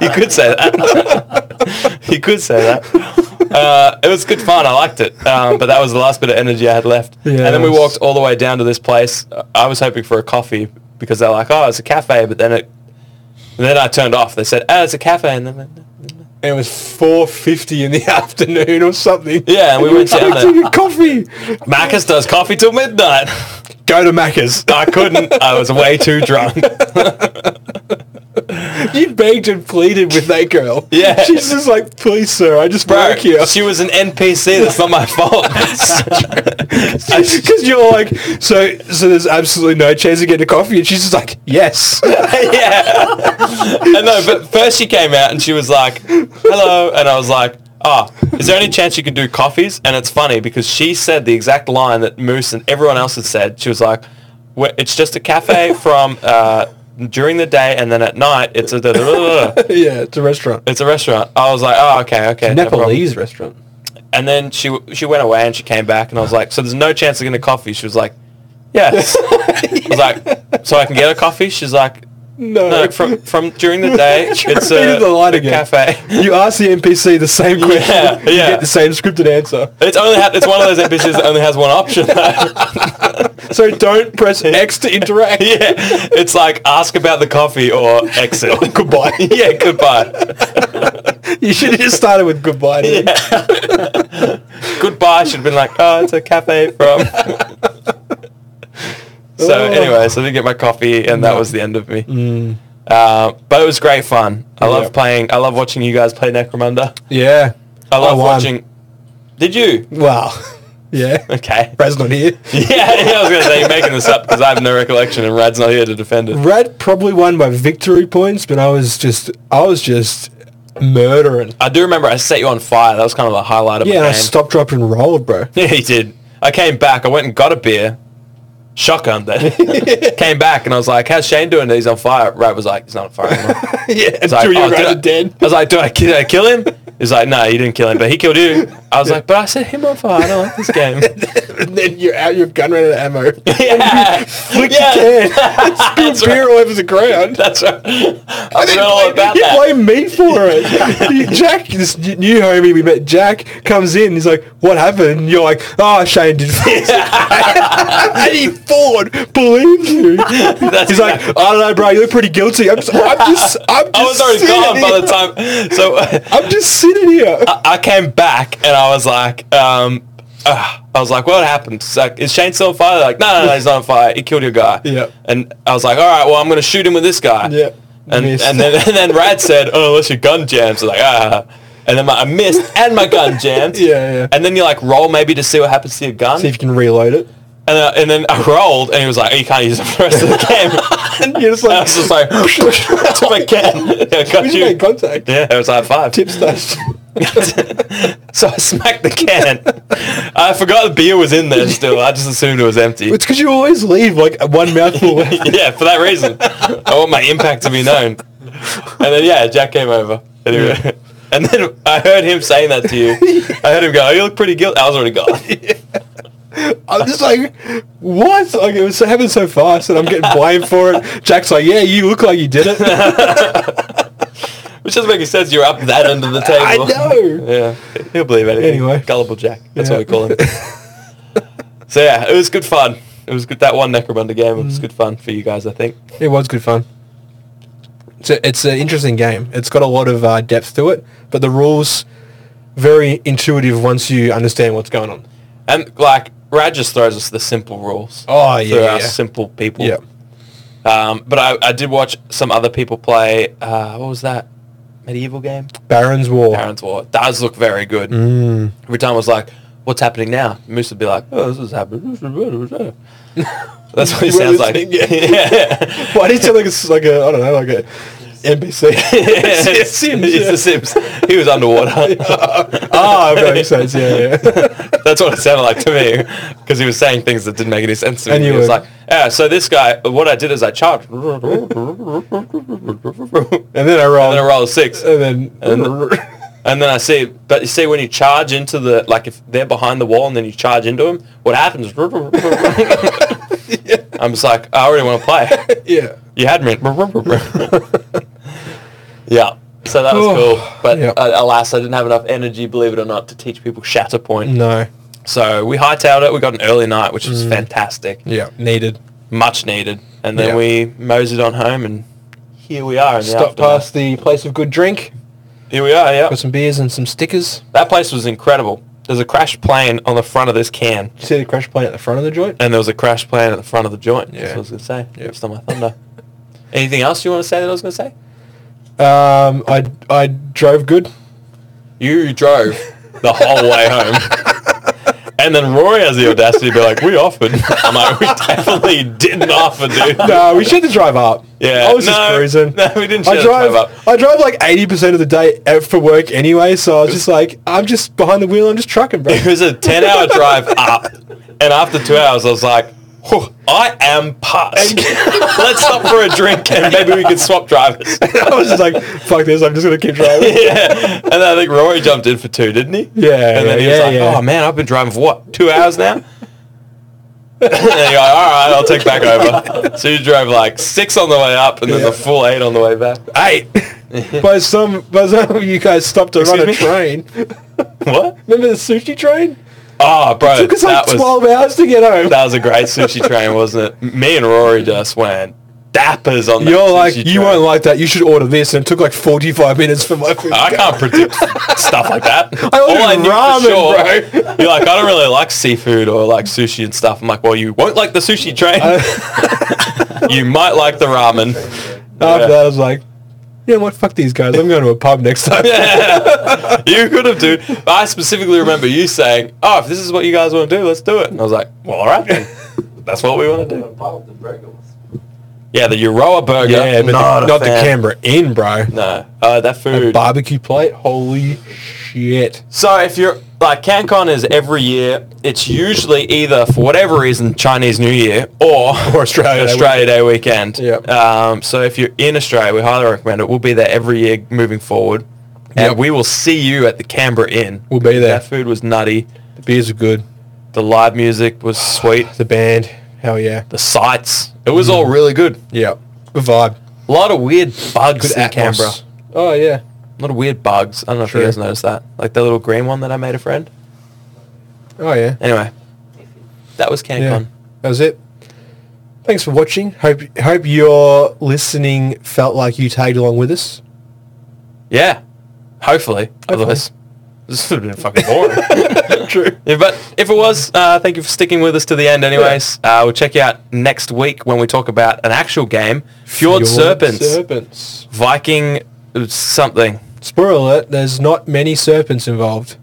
Speaker 3: you could say that. you could say that. Uh, it was good fun. I liked it, um, but that was the last bit of energy I had left. and then we
Speaker 2: Yes.
Speaker 3: walked all the way down to this place. Uh, I was hoping for a coffee because they're like, "Oh, it's a cafe," but then it. Then I turned off. They said, "Oh, it's a cafe," and then
Speaker 2: and it was 4.50 in the afternoon or something.
Speaker 3: Yeah, and we went
Speaker 2: to
Speaker 3: down there.
Speaker 2: get coffee.
Speaker 3: Marcus does coffee till midnight.
Speaker 2: Go to Macca's.
Speaker 3: I couldn't. I was way too drunk.
Speaker 2: You begged and pleaded with that girl.
Speaker 3: Yeah.
Speaker 2: She's just like, please, sir, I just
Speaker 3: Bro,
Speaker 2: broke you.
Speaker 3: she was an NPC. That's not my fault.
Speaker 2: Because you're like, so so there's absolutely no chance of getting a coffee. And she's just like, yes.
Speaker 3: yeah. And no, but first she came out and she was like, hello. And I was like, oh, is there any chance you could do coffees? And it's funny because she said the exact line that Moose and everyone else had said. She was like, "Well, it's just a cafe from uh, during the day and then at night it's a... da- da- da- da- da."
Speaker 2: yeah, it's a restaurant.
Speaker 3: It's a restaurant. I was like, oh, okay, okay. no problem."
Speaker 2: Nepalese restaurant.
Speaker 3: And then she w- she went away and she came back and I was like, so there's no chance of getting a coffee. She was like, yes. I was like, so I can get a coffee. She's like,
Speaker 2: No.
Speaker 3: no, from from during the day, it's a,
Speaker 2: Repeated the line
Speaker 3: a
Speaker 2: again.
Speaker 3: cafe.
Speaker 2: You ask the NPC the same question.
Speaker 3: Yeah,
Speaker 2: You
Speaker 3: yeah.
Speaker 2: get the same scripted answer.
Speaker 3: It's only ha- it's one of those NPCs that only has one option.
Speaker 2: So don't press X to interact.
Speaker 3: yeah, it's like ask about the coffee or exit.
Speaker 2: Goodbye.
Speaker 3: yeah, goodbye.
Speaker 2: You should have just started with goodbye. dude.
Speaker 3: goodbye should have been like, oh, it's a cafe from. so
Speaker 2: Oh. Mm.
Speaker 3: anyway, so I did get my coffee, and that was the end of me. Uh, but it was great fun. I
Speaker 2: Yeah.
Speaker 3: love playing. I love watching you guys play Necromunda.
Speaker 2: Yeah.
Speaker 3: I love
Speaker 2: won.
Speaker 3: watching. Did you?
Speaker 2: Wow. Yeah.
Speaker 3: Okay.
Speaker 2: Brad's not here.
Speaker 3: Yeah, yeah, I was going to say you're making this up because I have no recollection, and Rad's not here to defend it.
Speaker 2: Brad probably won by victory points, but I was just, I was just murdering.
Speaker 3: I do remember I set you on fire. That was kind of the highlight of
Speaker 2: Yeah,
Speaker 3: my
Speaker 2: and I
Speaker 3: game.
Speaker 2: stopped, dropped, and rolled, bro.
Speaker 3: Yeah, he did. I came back. I went and got a beer. Shotgun then. came back and I was like, how's Shane doing? He's on fire. Rat was like, he's not on fire anymore.
Speaker 2: yeah,
Speaker 3: It's like,
Speaker 2: until
Speaker 3: "Oh,
Speaker 2: you
Speaker 3: did
Speaker 2: ran
Speaker 3: I-
Speaker 2: it dead.
Speaker 3: I was like, "Do I, did I kill him?" He's like, "No, you didn't kill him, but he killed you." I was like, "But I set him on fire. I don't like this game."
Speaker 2: And then you're out, your gun ran out of ammo. Look,
Speaker 3: yeah,
Speaker 2: you
Speaker 3: yeah,
Speaker 2: can. It's beer all over the ground.
Speaker 3: that's right. I
Speaker 2: And then
Speaker 3: forgot all
Speaker 2: blame-
Speaker 3: about
Speaker 2: you
Speaker 3: that.
Speaker 2: blame me for it. You- Jack, this n- new homie we met, Jack, comes in. He's like, what happened? And you're like, oh, Shane did this. and he Ford believes you.
Speaker 3: That's
Speaker 2: He's like, I don't know, bro. You look pretty guilty. I'm just, I'm just, I'm just
Speaker 3: I was already
Speaker 2: sitting
Speaker 3: gone by
Speaker 2: here.
Speaker 3: the time. Uh, So uh,
Speaker 2: I'm just sitting here.
Speaker 3: I came back and I was like, um, uh, I was like, what happened? It's like, is Shane still on fire? They're like, no, no, no, he's not on fire. He killed your guy.
Speaker 2: Yeah.
Speaker 3: And I was like, all right, well, I'm going to shoot him with this guy.
Speaker 2: Yeah.
Speaker 3: And,
Speaker 2: Missed.
Speaker 3: and then and then Rad said, oh, unless your gun jams. I was like, ah. And then my, I missed and my gun jammed.
Speaker 2: Yeah, yeah.
Speaker 3: And then you like roll maybe to see what happens to your gun.
Speaker 2: See if you can reload it.
Speaker 3: And, uh, and then I rolled and he was like, oh, you can't use it for the rest of the game.
Speaker 2: And you're just
Speaker 3: I
Speaker 2: like,
Speaker 3: was just like, to my can. Yeah, I got
Speaker 2: we just
Speaker 3: you.
Speaker 2: made contact.
Speaker 3: Yeah, it was high five.
Speaker 2: Tip stash.
Speaker 3: So I smacked the can. I forgot the beer was in there still. I just assumed it was empty.
Speaker 2: It's because you always leave like one mouthful left.
Speaker 3: Yeah, for that reason. I want my impact to be known. And then, yeah, Jack came over. Anyway. And then I heard him saying that to you. I heard him go, oh, you look pretty guilty. I was already gone.
Speaker 2: I'm just like, what? Like it was happened so fast, and I'm getting blamed for it. Jack's like, yeah, you look like you did it.
Speaker 3: Which doesn't make any sense. You're up that end of the
Speaker 2: I
Speaker 3: table.
Speaker 2: know.
Speaker 3: Yeah, he'll believe anything.
Speaker 2: Anyway.
Speaker 3: Gullible Jack. That's
Speaker 2: Yeah.
Speaker 3: what we call him. so, yeah, it was good fun. It was good. That one Necromunda game
Speaker 2: Mm.
Speaker 3: was good fun for you guys, I think.
Speaker 2: It was good fun. It's a, it's an interesting game. It's got a lot of uh, depth to it, but the rules very intuitive once you understand what's going on.
Speaker 3: And like Rad just throws us the simple rules.
Speaker 2: Oh, yeah,
Speaker 3: for
Speaker 2: yeah,
Speaker 3: us
Speaker 2: yeah.
Speaker 3: simple people. Um, but I, I did watch some other people play. Uh, what was that medieval game?
Speaker 2: Baron's War.
Speaker 3: Baron's War. It does look very good.
Speaker 2: Mm.
Speaker 3: Every time I was like, "What's happening now?" Moose would be like, "Oh, this is happening." That's what he
Speaker 2: We're
Speaker 3: sounds like.
Speaker 2: listening,
Speaker 3: yeah.
Speaker 2: Why do you sound like it's like a I don't know like a NPC?
Speaker 3: It's
Speaker 2: Sims,
Speaker 3: It's
Speaker 2: yeah.
Speaker 3: the Sims. He was underwater.
Speaker 2: Ah, that makes sense. Yeah, yeah.
Speaker 3: That's what it sounded like to me because he was saying things that didn't make any sense to me.
Speaker 2: And you
Speaker 3: he was
Speaker 2: would-
Speaker 3: like, "Yeah." So this guy, what I did is I charged, and
Speaker 2: And then I roll.
Speaker 3: then I rolled a six,
Speaker 2: And then.
Speaker 3: and then I see. But you see, when you charge into the like, if they're behind the wall, and then you charge into them, what happens? I'm just like, I already want to play.
Speaker 2: yeah.
Speaker 3: You had me. yeah. So that was cool, but
Speaker 2: Yep.
Speaker 3: uh, alas, I didn't have enough energy, believe it or not, to teach people Shatterpoint.
Speaker 2: No.
Speaker 3: So we hightailed it. We got an early night, which was fantastic,
Speaker 2: Mm. Yeah. Needed.
Speaker 3: much needed. And then
Speaker 2: Yeah.
Speaker 3: we moseyed on home, and here we are. In the
Speaker 2: Stop
Speaker 3: afternoon.
Speaker 2: past the place of good drink.
Speaker 3: Here we are. Yeah,
Speaker 2: Got some beers and some stickers.
Speaker 3: that place was incredible. There's a crash plane on the front of this can,
Speaker 2: You see the crash plane at the front of the joint?
Speaker 3: and there was a crash plane at the front of the joint.
Speaker 2: Yeah.
Speaker 3: That's what I was gonna say.
Speaker 2: Yep.
Speaker 3: Just on my thunder. Anything else you want to say that I was gonna say?
Speaker 2: Um, I, I drove good.
Speaker 3: You drove the whole way home. And then Rory has the audacity to be like, we offered. I'm like, we definitely didn't offer, dude.
Speaker 2: No, we should the drive up.
Speaker 3: Yeah.
Speaker 2: I was
Speaker 3: No,
Speaker 2: just cruising.
Speaker 3: no, we didn't share
Speaker 2: I
Speaker 3: the
Speaker 2: drive,
Speaker 3: drive up.
Speaker 2: I drive like 80% of the day out for work anyway, so I was just like, I'm just behind the wheel, I'm just trucking, bro.
Speaker 3: It was a 10 hour drive up. And after two hours, I was like, "Whew, I am past. Let's hop for a drink and maybe we could swap drivers.
Speaker 2: I was just like, fuck this, I'm just going to keep driving.
Speaker 3: yeah. And I think Rory jumped in for two, didn't he?
Speaker 2: Yeah,
Speaker 3: And
Speaker 2: yeah,
Speaker 3: then he was
Speaker 2: yeah,
Speaker 3: like,
Speaker 2: yeah.
Speaker 3: oh man, I've been driving for what, two hours now? and you're like, all right, I'll take back over. So you drove like six on the way up and then
Speaker 2: Yeah.
Speaker 3: the full eight on the way back.
Speaker 2: Eight. by some by some you guys stopped to run a
Speaker 3: Excuse
Speaker 2: train.
Speaker 3: What?
Speaker 2: Remember the sushi train?
Speaker 3: Oh, bro.
Speaker 2: Took us like
Speaker 3: that was,
Speaker 2: twelve hours to get home.
Speaker 3: That was a great sushi train, wasn't it? Me and Rory just went dappers on that
Speaker 2: You're like, you
Speaker 3: sushi train.
Speaker 2: won't like that. You should order this. And it took like 45 minutes for my food.
Speaker 3: I can't predict stuff like that.
Speaker 2: I ordered ramen,
Speaker 3: You're like, I don't really like seafood or like sushi and stuff. I'm like, well, you won't like the sushi train. you might like the ramen.
Speaker 2: After
Speaker 3: Yeah.
Speaker 2: that, I was like, you know what? Fuck these guys. I'm going to a pub next time.
Speaker 3: You could have, dude. But I specifically remember you saying, oh, if this is what you guys want to do, let's do it. And I was like, well, all right then. That's what we want to do. Yeah, the Euroa burger.
Speaker 2: Yeah, but
Speaker 3: not,
Speaker 2: the,
Speaker 3: a
Speaker 2: not the
Speaker 3: fan.
Speaker 2: Canberra Inn, bro.
Speaker 3: No, uh, that food.
Speaker 2: Barbecue plate. Holy shit.
Speaker 3: So if you're like CanCon is every year, it's usually either for whatever reason Chinese New Year or
Speaker 2: Or Australia Day
Speaker 3: Australia Day weekend.
Speaker 2: Yep.
Speaker 3: Um, so if you're in Australia, we highly recommend it. We'll be there every year moving forward, and
Speaker 2: Yep.
Speaker 3: we will see you at the Canberra Inn.
Speaker 2: We'll be there.
Speaker 3: That food was nutty.
Speaker 2: The beers are good.
Speaker 3: The live music was sweet.
Speaker 2: The band. Hell yeah.
Speaker 3: The sights. It was
Speaker 2: Mm.
Speaker 3: all really good.
Speaker 2: Yeah. Good vibe.
Speaker 3: A lot of weird bugs
Speaker 2: Good
Speaker 3: in Canberra.
Speaker 2: atmos. Oh, yeah.
Speaker 3: A lot of weird bugs. I don't know if
Speaker 2: True.
Speaker 3: you guys noticed that. Like the little green one that I made a friend.
Speaker 2: Oh, yeah.
Speaker 3: Anyway, that was CanCon.
Speaker 2: Yeah. That was it. Thanks for watching. Hope hope your listening felt like you tagged along with us.
Speaker 3: Yeah. Hopefully. Otherwise, this would have been fucking boring.
Speaker 2: True.
Speaker 3: yeah, but if it was, uh, thank you for sticking with us to the end anyways. Uh, we'll check you out next week when we talk about an actual game, Fjord, Serpents,
Speaker 2: Serpents.
Speaker 3: Viking something.
Speaker 2: Spoiler alert, there's not many serpents involved.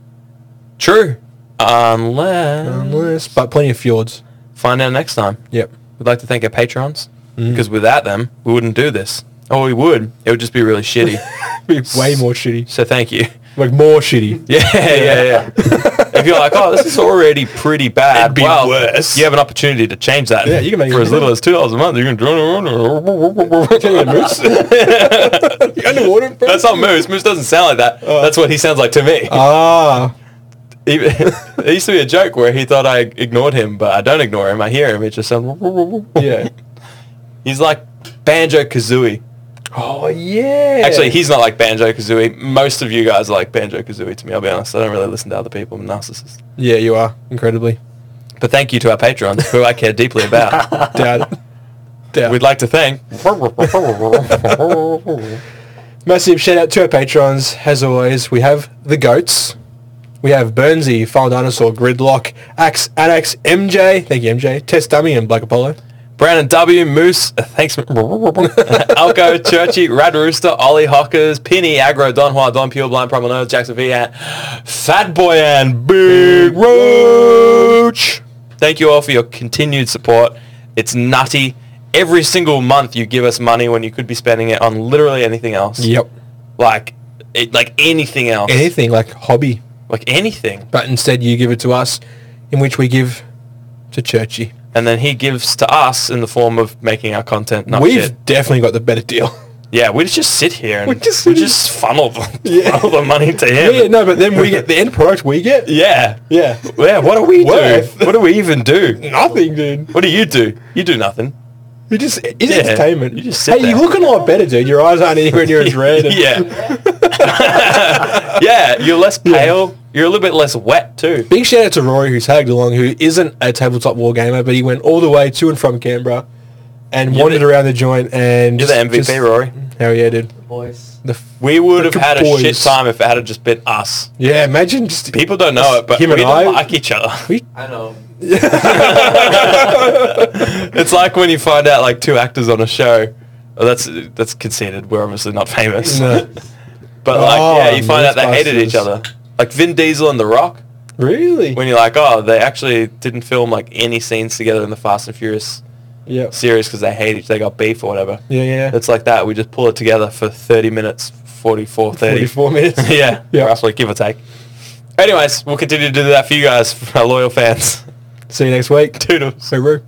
Speaker 3: True. Unless...
Speaker 2: Unless, but plenty of fjords.
Speaker 3: Find out next time.
Speaker 2: Yep.
Speaker 3: We'd like to thank our patrons because without them, we wouldn't do this. Or we would. It would just be really shitty.
Speaker 2: Way more shitty.
Speaker 3: So thank you.
Speaker 2: Like more shitty.
Speaker 3: Yeah, yeah, yeah. if you're like, oh, this is already pretty bad,
Speaker 2: It'd be
Speaker 3: well,
Speaker 2: worse.
Speaker 3: you have an opportunity to change that.
Speaker 2: Yeah, you can make
Speaker 3: for
Speaker 2: it
Speaker 3: as little as two dollars a month. You can join.
Speaker 2: Underwater, bro.
Speaker 3: That's not Moose. Moose doesn't sound like that.
Speaker 2: Oh.
Speaker 3: That's what he sounds like to me.
Speaker 2: ah.
Speaker 3: He- it used to be a joke where he thought I ignored him, but I don't ignore him. I hear him. It just sounds.
Speaker 2: Yeah.
Speaker 3: He's like Banjo Kazooie.
Speaker 2: Oh, yeah.
Speaker 3: Actually, he's not like Banjo Kazooie. Most of you guys are like Banjo Kazooie to me. I'll be honest. I don't really listen to other people. I'm a narcissist.
Speaker 2: Yeah, you are. Incredibly.
Speaker 3: But thank you to our patrons, who I care deeply about.
Speaker 2: Doubt it. Doubt
Speaker 3: We'd
Speaker 2: it.
Speaker 3: like to thank.
Speaker 2: Massive shout out to our patrons. As always, we have the goats. We have Burnsy, Final Dinosaur, Gridlock, Axe, Anax, MJ. Thank you, MJ. Test Dummy and Black Apollo.
Speaker 3: Brandon W, Moose, thanks, Alco, Churchy, Rad Rooster, Ollie Hockers, Penny, Agro, Don Juan, Don Pure, Blind Primal Nerd, Jackson V, and Fat Boy and Big Roach. Thank you all for your continued support. It's nutty. Every single month you give us money when you could be spending it on literally anything else. Like, it, like anything else.
Speaker 2: Anything like hobby.
Speaker 3: like anything.
Speaker 2: but instead you give it to us, in which we give to Churchy.
Speaker 3: And then he gives to us in the form of making our content. Not
Speaker 2: We've
Speaker 3: shit.
Speaker 2: definitely got the better deal.
Speaker 3: Yeah, we just sit here and we
Speaker 2: We
Speaker 3: just,
Speaker 2: just
Speaker 3: we
Speaker 2: sit
Speaker 3: just funnel, the,
Speaker 2: Yeah.
Speaker 3: funnel the money to him.
Speaker 2: yeah, no, but then we get the end product we get.
Speaker 3: yeah.
Speaker 2: Yeah.
Speaker 3: Yeah, what do we
Speaker 2: Worth.
Speaker 3: do? What do we even do?
Speaker 2: Nothing, dude.
Speaker 3: What do you do? You do nothing.
Speaker 2: You just it's
Speaker 3: Yeah,
Speaker 2: entertainment.
Speaker 3: you just sit
Speaker 2: hey, you
Speaker 3: there.
Speaker 2: look a lot better, dude. Your eyes aren't anywhere near as red. and-
Speaker 3: Yeah. yeah, you're less pale. You're a little bit less wet too.
Speaker 2: Big shout out to Rory who tagged along, who isn't a tabletop war gamer, but he went all the way to and from Canberra and wandered
Speaker 3: the-
Speaker 2: around the joint and
Speaker 3: You're the MVP,
Speaker 2: just-
Speaker 3: Rory.
Speaker 2: Hell yeah, dude.
Speaker 5: Boys.
Speaker 2: The f-
Speaker 3: We would have
Speaker 2: Good
Speaker 3: had a shit
Speaker 2: boys.
Speaker 3: time if it had just been us.
Speaker 2: yeah, imagine just
Speaker 3: People don't know it, but
Speaker 2: Him
Speaker 3: we
Speaker 2: and
Speaker 3: don't
Speaker 2: I-
Speaker 3: like each other.
Speaker 5: I know.
Speaker 3: It's like when you find out like two actors on a show. Oh, that's that's conceded. We're obviously not famous.
Speaker 2: No.
Speaker 3: But like,
Speaker 2: Oh,
Speaker 3: yeah, you find out they hated
Speaker 2: Ghostbusters.
Speaker 3: each other. Like Vin Diesel and The Rock.
Speaker 2: Really?
Speaker 3: When you're like, oh, they actually didn't film like any scenes together in the Fast and Furious
Speaker 2: Yeah.
Speaker 3: series because they hate each. They got beef or whatever.
Speaker 2: Yeah, yeah.
Speaker 3: It's like that. We just pull it together for 30 minutes, 44, 30.
Speaker 2: 44 minutes.
Speaker 3: yeah,
Speaker 2: Yeah.
Speaker 3: roughly, give or take. Anyways, we'll continue to do that for you guys, for our loyal fans.
Speaker 2: See you next week.
Speaker 3: Toodles.
Speaker 2: So, Roo.
Speaker 1: of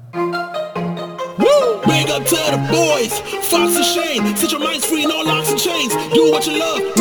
Speaker 1: the boys. Fox and Shane, set your minds free and all locks and chains. Do what you love,